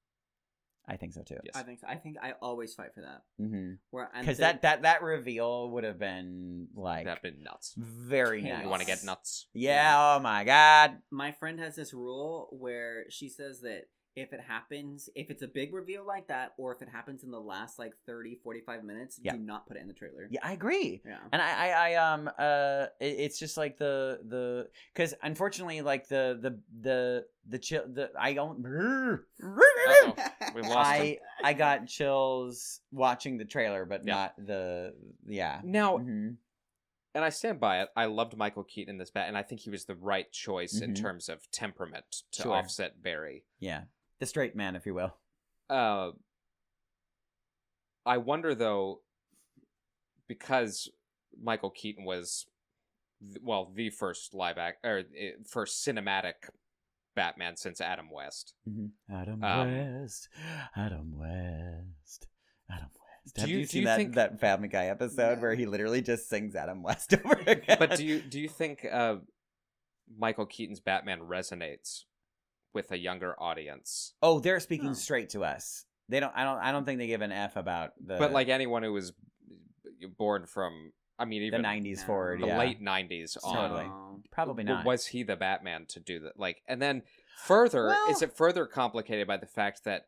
I think so too.
yes.
I think. I think I always fight for that.
Because
Where I'm
that that that reveal would have been like
That'd been nuts.
very
Chaos.
nice.
You want to get nuts?
Yeah. Oh my god.
my friend has this rule where she says that if it happens if it's a big reveal like that or if it happens in the last like 30 45 minutes
Yeah.
do not put it in the trailer
Yeah, I agree.
yeah
And I, I, I um, uh, it, it's just like the the because unfortunately, like the the the the chill. The I don't.
We lost him.
I I got chills watching the trailer, but
Yeah.
not the yeah.
Now,
Mhm.
and I stand by it. I loved Michael Keaton in this bat, and I think he was the right choice in
Mhm.
terms of temperament to
Sure.
offset Barry.
Yeah, the straight man, if you will.
Uh, I wonder though, because Michael Keaton was, th- well, the first live act or eh, first cinematic Batman since Adam West.
Adam
Um,
West. Adam West. Adam West. Have
you-
you,
do
seen
you
that,
think-
that Fab McGuy episode
No.
where he literally just sings Adam West over again?
But do you do you think uh, Michael Keaton's Batman resonates with a younger audience?
Oh, they're speaking
No.
straight to us. They don't. I don't. I don't think they give an f about the.
but like anyone who was born from, I mean,
the
even
nineties
No.
forward,
the
yeah.
late '90s on,
Totally.
Oh.
probably
w-
not.
Was he the Batman to do that? Like, and then further,
Well-
is it further complicated by the fact that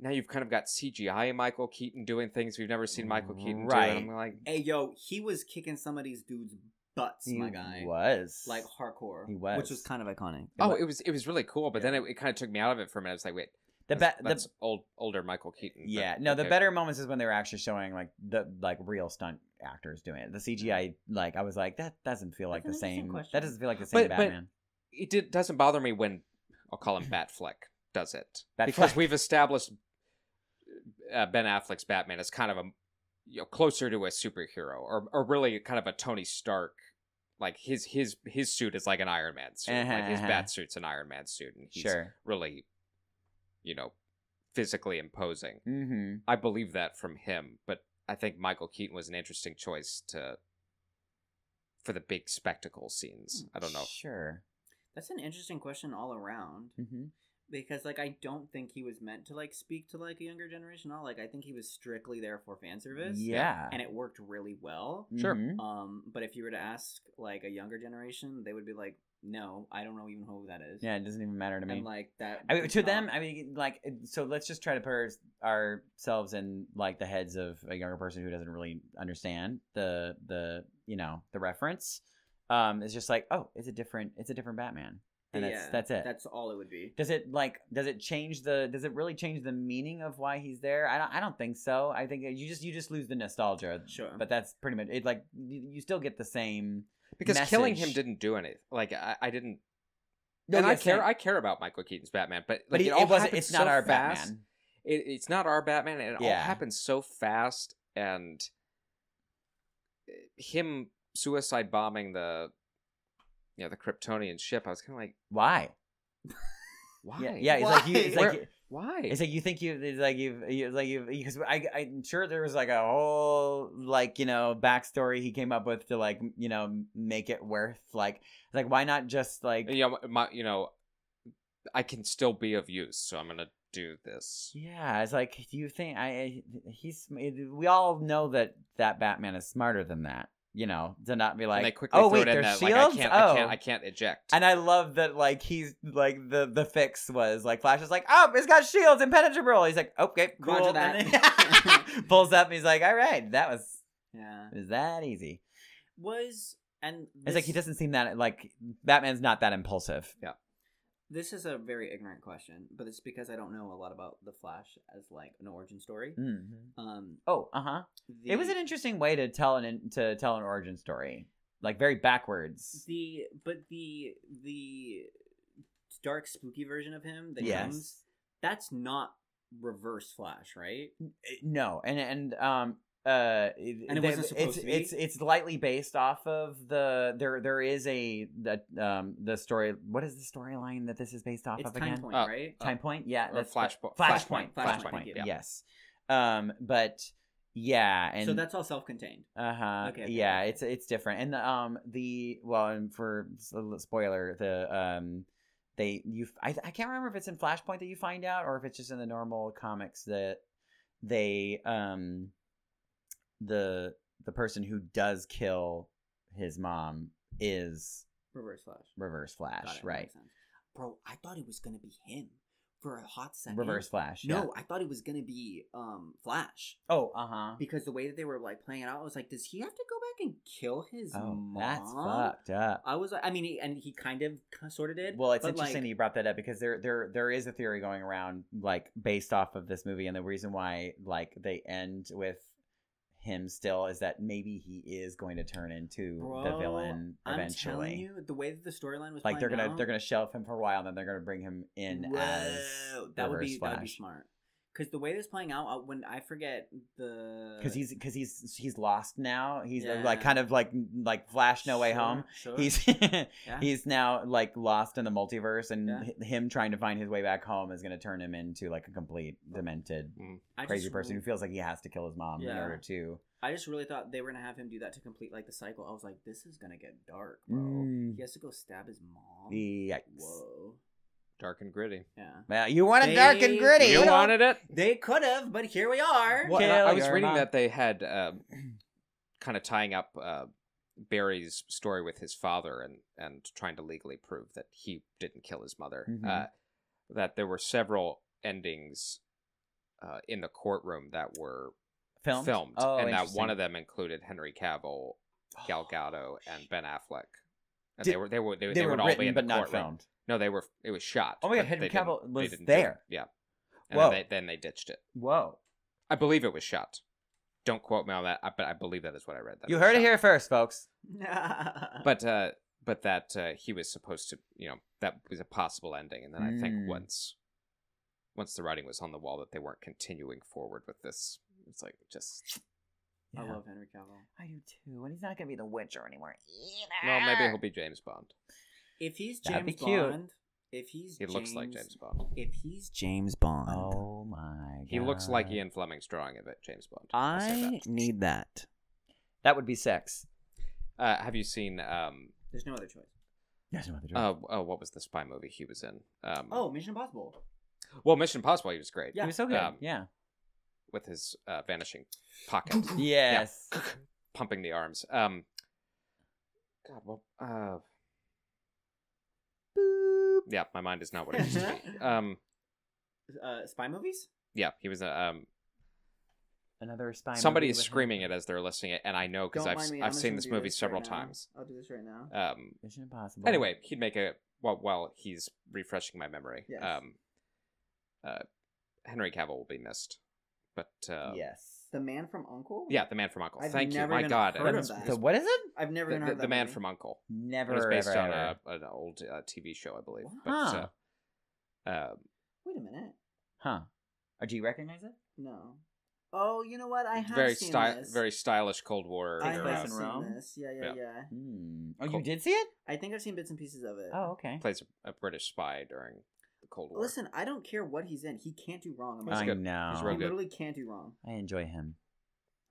now you've kind of got CGI Michael Keaton doing things we've never seen Michael Keaton do?
Right.
And I'm like,
Hey, yo, he was kicking some of these dudes' butts,
he
my guy.
was
Like hardcore.
He was.
Which was kind of iconic.
oh, it was it was really cool, but then it, it kind of took me out of it for a minute. I was like, wait,
the
that's,
be- the
that's old older Michael Keaton. but
yeah no the
okay.
better moments is when they were actually showing like the like real stunt actors doing it. The CGI like I was like that doesn't feel like
That's
the
an interesting
same.
question.
That doesn't feel like the same
But- but-
Batman.
it did, doesn't bother me when I'll call him Batfleck does it
Batfleck.
because we've established uh, Ben Affleck's Batman is kind of a you know closer to a superhero or or really kind of a Tony Stark like his his his suit is like an Iron Man suit like
Uh-huh,
his
uh-huh.
bat suit's an Iron Man suit and he's
sure.
really you know physically imposing
Mm-hmm.
I believe that from him but I think Michael Keaton was an interesting choice to for the big spectacle scenes I don't
Mm-hmm.
know
Sure.
That's an interesting question all around.
Mm-hmm.
Because like I don't think he was meant to like speak to like a younger generation at all. Like I think he was strictly there for fan service.
Yeah.
And it worked really well.
Sure.
Mhm.
Um, but if you were to ask like a younger generation, they would be like, "No, I don't know even who that is."
Yeah, it doesn't even matter to me.
and like that.
I mean,
it's
to
not-
them, I mean, like, so let's just try to put our- ourselves in like the heads of a younger person who doesn't really understand the the you know the reference. Um, it's just like, oh, it's a different, it's a different Batman, and
Yeah,
that's that's it.
That's all it would be.
does it like does it change the does it really change the meaning of why he's there? I don't I don't think so. I think you just you just lose the nostalgia.
Sure.
But that's pretty much it. Like you you still get the same.
because killing
message.
him didn't do anything. Like I, I didn't.
No,
and I
yes,
care.
no.
I care about Michael Keaton's Batman, but like
but
it,
it,
all
it wasn't.
happened
It's not
so
our
fast.
Batman.
It, it's not our Batman, and it all
Yeah.
happens so fast. And eh, him suicide bombing the, you know, the Kryptonian ship. I was kind of like,
Why?
why?
Yeah, yeah. It's like you, it's
Why?
like
why?
It's like you think you it's like you've it's like you've because I I'm sure there was like a whole like you know backstory he came up with to like you know make it worth like like why not just like
you know, my, you know, I can still be of use, so I'm gonna do this.
yeah it's like do you think I I- he's we all know that that Batman is smarter than that you know to not be
and they
like
quickly
oh
throw it
wait
in
there's
that
shields
like I can't,
oh.
I can't, I can't eject.
and I love that, like he's like the the fix was like Flash is like, oh, it's got shields impenetrable. He's like, okay, cool.
Roger
And
that.
then pulls up. And he's like, all right, that was
Yeah.
Is that easy?
Was and
It's like he
this-
doesn't seem that like Batman's not that impulsive.
This is a very ignorant question, but it's because I don't know a lot about the Flash as like an origin story. Um,
Oh, uh huh.
the,
Mm. It was an interesting way to tell an to tell an origin story, like very backwards.
the but the the dark spooky version of him that
Yes.
comes that's not reverse Flash, right?
Uh, No, and and um uh
And
they-
it wasn't supposed
it's,
to be?
it's it's lightly based off of the there there is a the um the story what is the storyline that this is based off
It's
of
time
again Oh,
point,
Uh,
right?
time point yeah
or
that's the-
Flashpoint.
flashpoint
Flashpoint,
flashpoint,
Flashpoint, yeah.
yes um but yeah and
so that's all self-contained.
Uh huh.
Okay, okay,
yeah,
okay.
it's it's different. And the um the well, and for s- a little spoiler, the um they you I I can't remember if it's in Flashpoint that you find out or if it's just in the normal comics that they um the the person who does kill his mom is
Reverse Flash.
Reverse
Got it,
Flash,
that
right?
makes sense. Bro, I thought it was gonna be him for a hot second.
Reverse Flash. yeah.
No, I thought it was gonna be um Flash
Oh, uh huh.
because the way that they were like playing it out, I was like, does he have to go back and kill his
Oh,
mom?
that's fucked up.
I was, I mean, he, and he kind of sort of did.
Well, it's
but,
interesting that
Like,
you brought that up because there there there is a theory going around like based off of this movie and the reason why like they end with him still is that maybe he is going to turn into the
Bro,
villain
I'm
eventually.
telling you, the way that the storyline was
like they're
playing
gonna
out,
they're gonna shelf him for a while and then they're gonna bring him in as
Whoa, that would
Reverse
be that would be
Flash.
smart. because the way this playing out, uh, when I forget the
because he's because he's he's lost now. He's uh, like
Yeah.
kind of like like Flash, No Way
Sure,
Home.
sure.
He's
Yeah.
he's now like lost in the multiverse, and
Yeah.
h- him trying to find his way back home is going to turn him into like a complete demented
I
crazy
just
person
re-
who feels like he has to kill his mom in
Yeah.
order to.
I just really thought they were gonna have him do that to complete like the cycle. I was like, this is gonna get dark, bro.
Mm.
He has to go stab his mom.
Yikes!
Oh. Whoa.
Dark and gritty.
Yeah.
Well, you want it
They-
dark and gritty.
You
don't-
wanted it?
They could have, but here we are.
What-
Okay, I, I
Kill
was
your
reading
mom.
that they had um, kind of tying up uh, Barry's story with his father and and trying to legally prove that he didn't kill his mother.
Mhm.
Uh, that there were several endings uh, in the courtroom that were
filmed,
filmed,
Oh,
and that one
interesting. Oh,
of them included Henry Cavill, Gal Gadot, and Ben Affleck. And
Did-
they were they were they,
they,
they
were
would all
written
be in
but
the
not
courtroom.
filmed.
No, they were. It was shot.
Oh my God,
but
Henry
they didn't-
Cavill
they
was
didn't do it.
there.
Yeah, and then
Whoa.
they, then they ditched it.
Whoa!
I believe it was shot. Don't quote me on that, I- but I believe that is what I read. That
You
was
heard it
shot.
here first, folks.
But uh, but that uh, he was supposed to, you know, that was a possible ending, and then I
Mm.
think once once the writing was on the wall that they weren't continuing forward with this. It's like just
I love Henry Cavill.
I do too, and he's not going to be the Witcher anymore.
no, maybe he'll be James Bond.
If he's
That'd
James
be cute.
Bond, if he's
He looks like James Bond.
If he's James Bond,
Oh my! God.
He looks like Ian Fleming's drawing of it, James Bond. I'll say
I
that.
need that.
That would be sex.
Uh, have you seen um
there's no other choice.
Yes, no other choice.
uh, oh what was the spy movie he was in um
Oh, Mission Impossible.
well Mission Impossible he was great
Yeah.
he was so good.
um,
yeah.
with his uh, vanishing pocket
Yes.
pumping the arms. Um, God, well, uh, yeah, my mind is not what it used to be. Um,
Uh, spy movies.
yeah, he was a um.
Another spy.
somebody
movie
is
with him.
screaming it as they're listening it, and I know because
Don't
I've
mind me, I'm
I've
just
seen
gonna
this
do
movie
this
several
right now.
times.
I'll do this right now.
Um,
Mission Impossible.
anyway, he'd make a while while he's refreshing my memory.
Yes.
Um, uh, Henry Cavill will be missed, but uh, yeah.
yes.
the Man from Uncle.
the man from Uncle.
I've
Thank you,
never
my
even
God,
heard
and
of
it's-
that.
So what is it?
I've never
the,
even heard
the,
of
the
that
man
movie.
from Uncle.
Never.
It was based
ever,
on
ever.
a, an old uh, TV show, I believe.
Huh.
But, uh, um,
Wait a minute.
Huh. Or do you recognize it?
No. Oh, you know what? I have
very
seen
sty-
this.
very stylish Cold War.
I
Takes
era.
place
have
in
seen
Rome?
this. Yeah, yeah,
Yeah.
yeah,
Hmm. Oh,
Cool.
you did see it?
I think I've seen bits and pieces of it.
Oh, okay.
Plays a, a British spy during the Cold War.
Listen, I don't care what he's in. He can't do wrong. I'm
He's
I
upset.
good.
know.
He's
he
real good.
literally can't do wrong.
I enjoy him.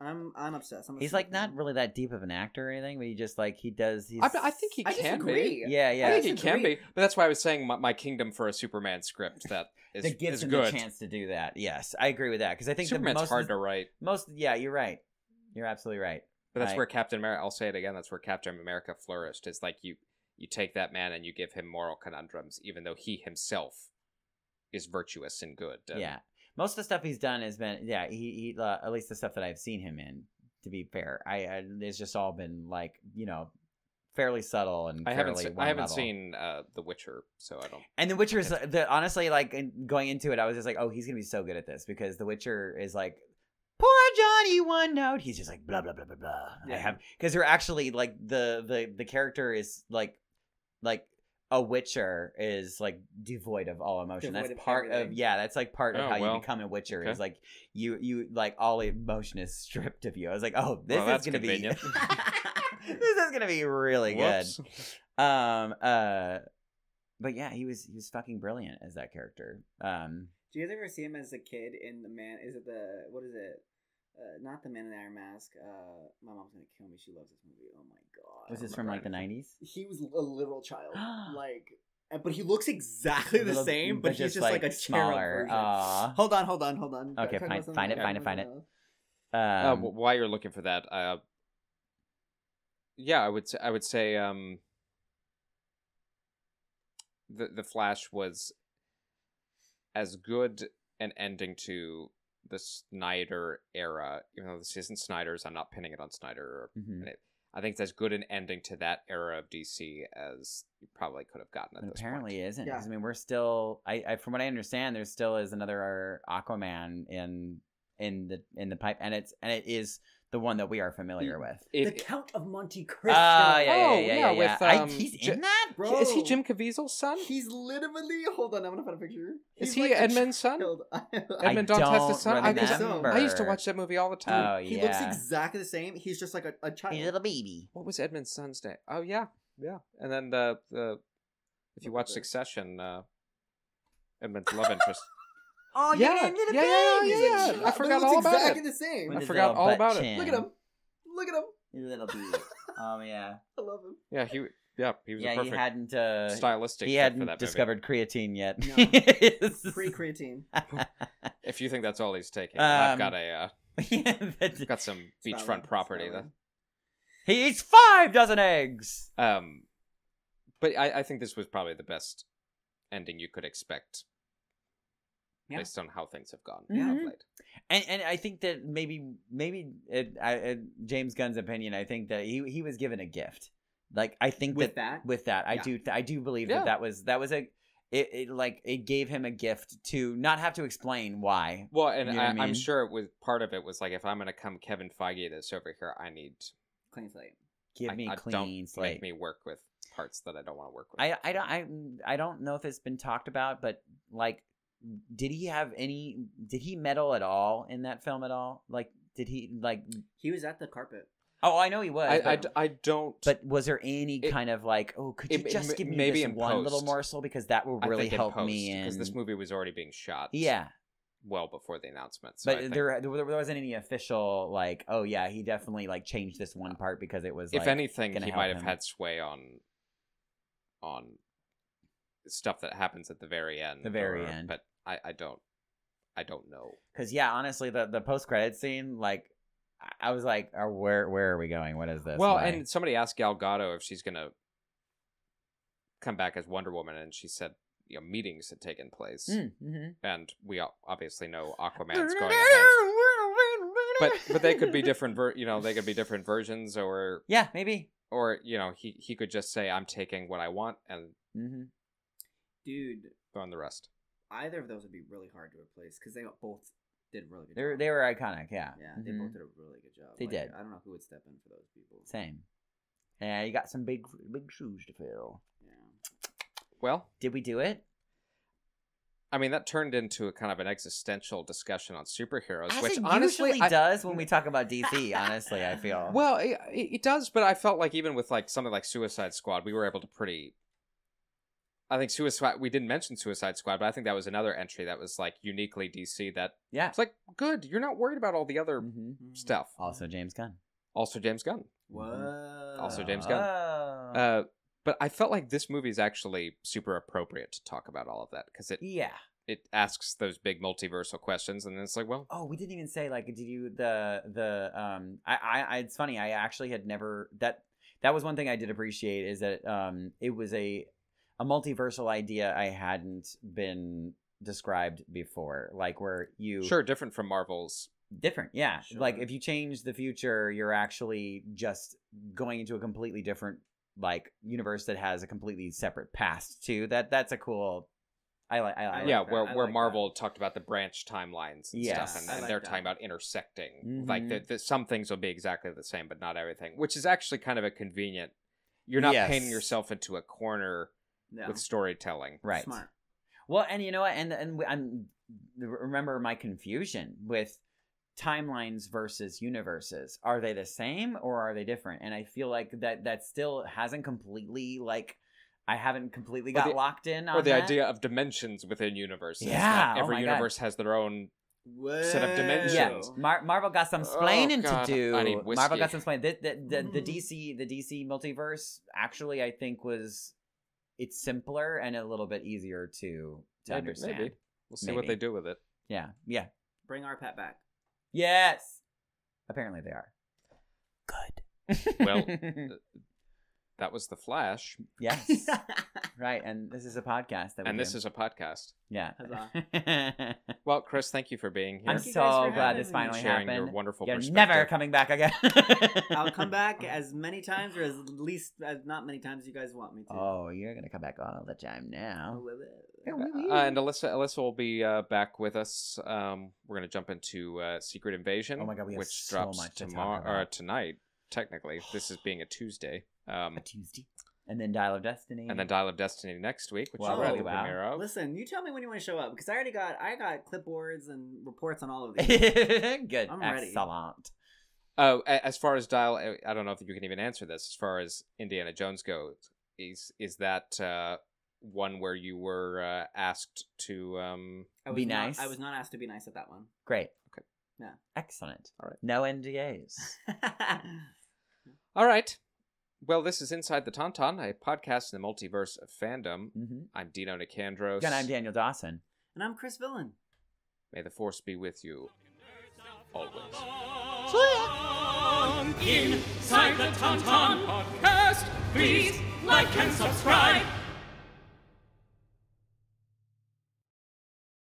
I'm I'm obsessed. I'm
He's
obsessed
like
with
not
him.
really that deep of an actor or anything, but he just like he does. He's,
I, I think he
I
can be.
disagree.
Yeah, yeah.
I think he can
disagree.
be, but that's why I was saying my, my kingdom for a Superman script that is,
that gives
is
him
good.
the chance to do that. Yes, I agree with that because I think the
Superman's
most
hard to write,
most. Yeah, you're right. You're absolutely right.
but that's
Right.
where Captain America. I'll say it again. That's where Captain America flourished. Is like you you take that man and you give him moral conundrums, even though he himself is virtuous and good. and-
yeah, most of the stuff he's done has been yeah. He, he uh, at least the stuff that I've seen him in. To be fair, I, I it's just all been like you know fairly subtle and
I
fairly
haven't. Se-
one
I haven't
level.
seen uh, The Witcher, so I don't.
And The Witcher is the honestly like in- going into it, I was just like, oh, he's gonna be so good at this because The Witcher is like. Poor Johnny One Note. He's just like blah blah blah blah blah. I
Yeah.
have because they're actually like the the the character is like like a Witcher is like devoid of all emotion.
Devoid
that's
of
part of
everything.
yeah. That's like part of
Oh,
how you
well.
become a Witcher
Okay.
is like you you like all emotion is stripped of you. I was like, oh, this
Well,
is
that's
gonna
convenient.
be this is gonna be really good.
Whoops.
Um. Uh. But yeah, he was he was fucking brilliant as that character. Um.
Do you guys ever see him as a kid in the man? Is it the what is it? Uh, not the Man in Iron Mask. Uh, my mom's gonna kill me. She loves this movie. Oh my god.
Was this
remember
from like the
anything.
nineties?
He was a literal child. like, uh, but he looks exactly the
Little-
same. But,
but
he's
just,
just,
like,
like, a
smaller.
smaller.
Aw.
Hold on, hold on, hold on.
Okay,
Talk about
fine-
something
find it,
else,
find it,
talk
find
about
it.
something
Uh,
Um,
w- while you're looking for that, uh, yeah, I would say, I would say um, the the Flash was as good an ending to the Snyder era, even though this isn't Snyder's. I'm not pinning it on Snyder. Or,
mhm.
I think it's as good an ending to that era of DC as you probably could have gotten at
But
this
apparently
point.
it isn't.
Yeah.
'cause, I mean, we're still. I, I from what I understand, there still is another Aquaman in in the in the pipe, and it's and it is the one that we are familiar with.
The
It,
Count of Monte Cristo.
Ah, yeah,
Oh,
yeah, yeah, yeah.
yeah, with,
yeah. I-
um,
he's
J-
in that.
Bro,
is he Jim Caviezel's son?
He's literally. Hold on, I'm gonna find a picture.
Is
He's
he
like a
Edmund's son?
child.
I
Edmund Dantes'
don't
son? I- 'cause
remember.
I used to watch that movie all the time.
Oh yeah,
He looks exactly the same. He's just like a, a child.
He's a little baby.
What was Edmund's son's name? Oh yeah, yeah. And then the the if you
Look at
watch
this.
Succession, uh, Edmund's love interest.
Oh,
yeah, yeah, yeah, yeah,
He's a
yeah,
child.
I
They
forgot
look
all about
exactly
it.
the same.
I forgot all about it.
Look at him. Look at him.
little baby. Oh yeah,
I love him.
Yeah, he yeah he was a
yeah. He
perfect
hadn't uh,
stylistic
he
fit for
hadn't
that
discovered creatine yet.
No. Pre creatine.
movie. If you think that's all he's taking,
Um,
I've got a uh,
Yeah,
I've
that-
got some
It's valid.
beachfront
It's
property
valid.
that
he eats five dozen eggs.
Um, but I, I think this was probably the best ending you could expect,
Yeah.
based on how things have
Mm-hmm.
gone.
Yeah.
of late.
And and I think that maybe maybe it, I, it, James Gunn's opinion. I think that he he was given a gift. Like I think
With
that
that?
with that I
Yeah.
do I do believe
Yeah.
that that was that was a it, it like it gave him a gift to not have to explain why.
Well, and
You know
I,
what I
I
mean?
am sure it was part of it was like if I'm gonna come Kevin Feige this over here, I need
Clean slate.
Give
I,
me
I-
a
don't
clean
Make
slate.
me work with parts that I don't want to work with.
I uh, I don't I I don't know if it's been talked about, but like, did he have any? Did he meddle at all in that film at all? Like, did he like?
He was at the carpet.
Oh, I know he was.
I,
but,
I d- I don't.
but was there any
It-
kind of like, oh, could you
it- it
just
m-
give me
maybe
this
in
one little
post.
morsel because that will
I
really
think in
help
post,
me in
because this movie was already being shot.
Yeah,
well before the announcement. So I
but
think
there, there there wasn't any official like, oh yeah, he definitely like changed this one part because it was
if
like,
anything,
gonna
he
help
might have
him.
had sway on on stuff that happens at the very end.
The very
or-
end.
But I, I don't I don't know.
Because yeah, honestly, the the post credit scene, like, I- I was like, oh, where where are we going? What is this?
well,
Why?
and somebody asked Gal Gadot if she's gonna come back as Wonder Woman, and she said you know meetings had taken place,
Mm, mhm.
and we all obviously know Aquaman's going. ahead. But but they could be different. Ver- you know, they could be different versions, or
Yeah, maybe.
or you know, he he could just say I'm taking what I want and
hmm
Dude,
throwing the rest.
either of those would be really hard to replace because they both did a really good.
They were,
job.
they were iconic. Yeah.
Yeah, they
Mhm.
both did a really good job.
They
Like,
did.
I don't know who would step in for those people.
Same. Yeah, you got some big big shoes to fill.
Yeah.
Well,
Did we do it?
I mean, that turned into a kind of an existential discussion on superheroes,
As
which
it
honestly
usually
I-
does
Mm.
when we talk about DC. honestly, I feel.
Well, it, it it does, but I felt like even with like something like Suicide Squad, we were able to pretty. I think Suicide. We didn't mention Suicide Squad, but I think that was another entry that was like uniquely DC. That
yeah.
it's like good. You're not worried about all the other
hmm
stuff.
Also, James Gunn.
Also, James Gunn.
Mm-hmm.
Whoa.
Also James Gunn.
Oh.
Uh, but I felt like this movie is actually super appropriate to talk about all of that because it
yeah.
it asks those big multiversal questions, and then it's like, well,
Oh, we didn't even say like, did you the the um? I, I I it's funny. I actually had never that that was one thing I did appreciate is that um it was a a multiversal idea I hadn't been described before. Like where you
sure, different from Marvel's.
different yeah like
Sure.
if you change the future you're actually just going into a completely different like universe that has a completely separate past too that that's a cool i like i like
Uh, yeah,
like that.
where
I
where
like that.
Marvel talked about the branch timelines and
Yes.
stuff, and,
I
and
like
they're
that.
talking about intersecting. Like
Mhm.
the, the, some things will be exactly the same, but not everything, which is actually kind of a convenient. You're not painting
Yes.
yourself into a corner
No.
with storytelling.
right
Smart.
well and you know what and and we- i'm remember my confusion with timelines versus universes are they the same or are they different and i feel like that that still hasn't completely like i haven't completely
Or
got
the-
locked in on
Or the
that.
idea of dimensions within universes. Not
Yeah, oh
every
my God.
universe has their own.
Whoa.
Set up dimensions.
Yeah, Mar- Marvel got some
Oh,
splaining
God,
to do.
I need whiskey. Mm-hmm.
Marvel got some splaining. The, the, the, the
Mhm.
DC the DC multiverse actually I think was it's simpler and a little bit easier to to
Maybe,
understand.
maybe. We'll see what
Maybe.
they do with it.
Yeah, yeah,
Bring our pet back.
yes. Apparently they are.
Good.
Well- That was the Flash.
yes. right. And this is a podcast that we
and this
do.
is a podcast.
yeah.
Huzzah.
Well, Chris, thank you for being here.
I'm
Thank you guys
so
for
glad
having
this
me.
finally
sharing your
happened.
wonderful
You're
perspective.
never coming back again.
I'll come back as many times or as least as not many times as you guys want me to.
Oh, you're gonna come back all the time now.
Uh, and Alyssa, Alyssa will be uh, back with us. Um, we're gonna jump into uh, Secret Invasion.
Oh my God, we have
which
so
drops
much to talk
tomorrow or
about.
tonight. Technically, this is being a Tuesday. Um,
A Tuesday, and then Dial of Destiny,
and then Dial of Destiny next week, which
Wow.
is at the
Oh, wow.
premiere of.
Listen, you tell me when you want to show up because I already got I got clipboards and reports on all of these.
Good,
I'm ready.
excellent.
Oh, a- as far as Dial, I- I don't know if you can even answer this. As far as Indiana Jones goes, is is that uh, one where you were uh, asked to? Um,
I was
Be
not-
nice.
I was not asked to be nice at that one.
Great.
Okay.
Yeah.
Excellent.
All right.
No NDAs.
All right. Well, this is Inside the Tauntaun, a podcast in the multiverse of fandom.
mm-hmm.
I'm Dino Nicandros.
Again, I'm Daniel Dawson.
and I'm Chris Villan.
May the force be with you always.
Inside the Tauntaun podcast, please like and subscribe.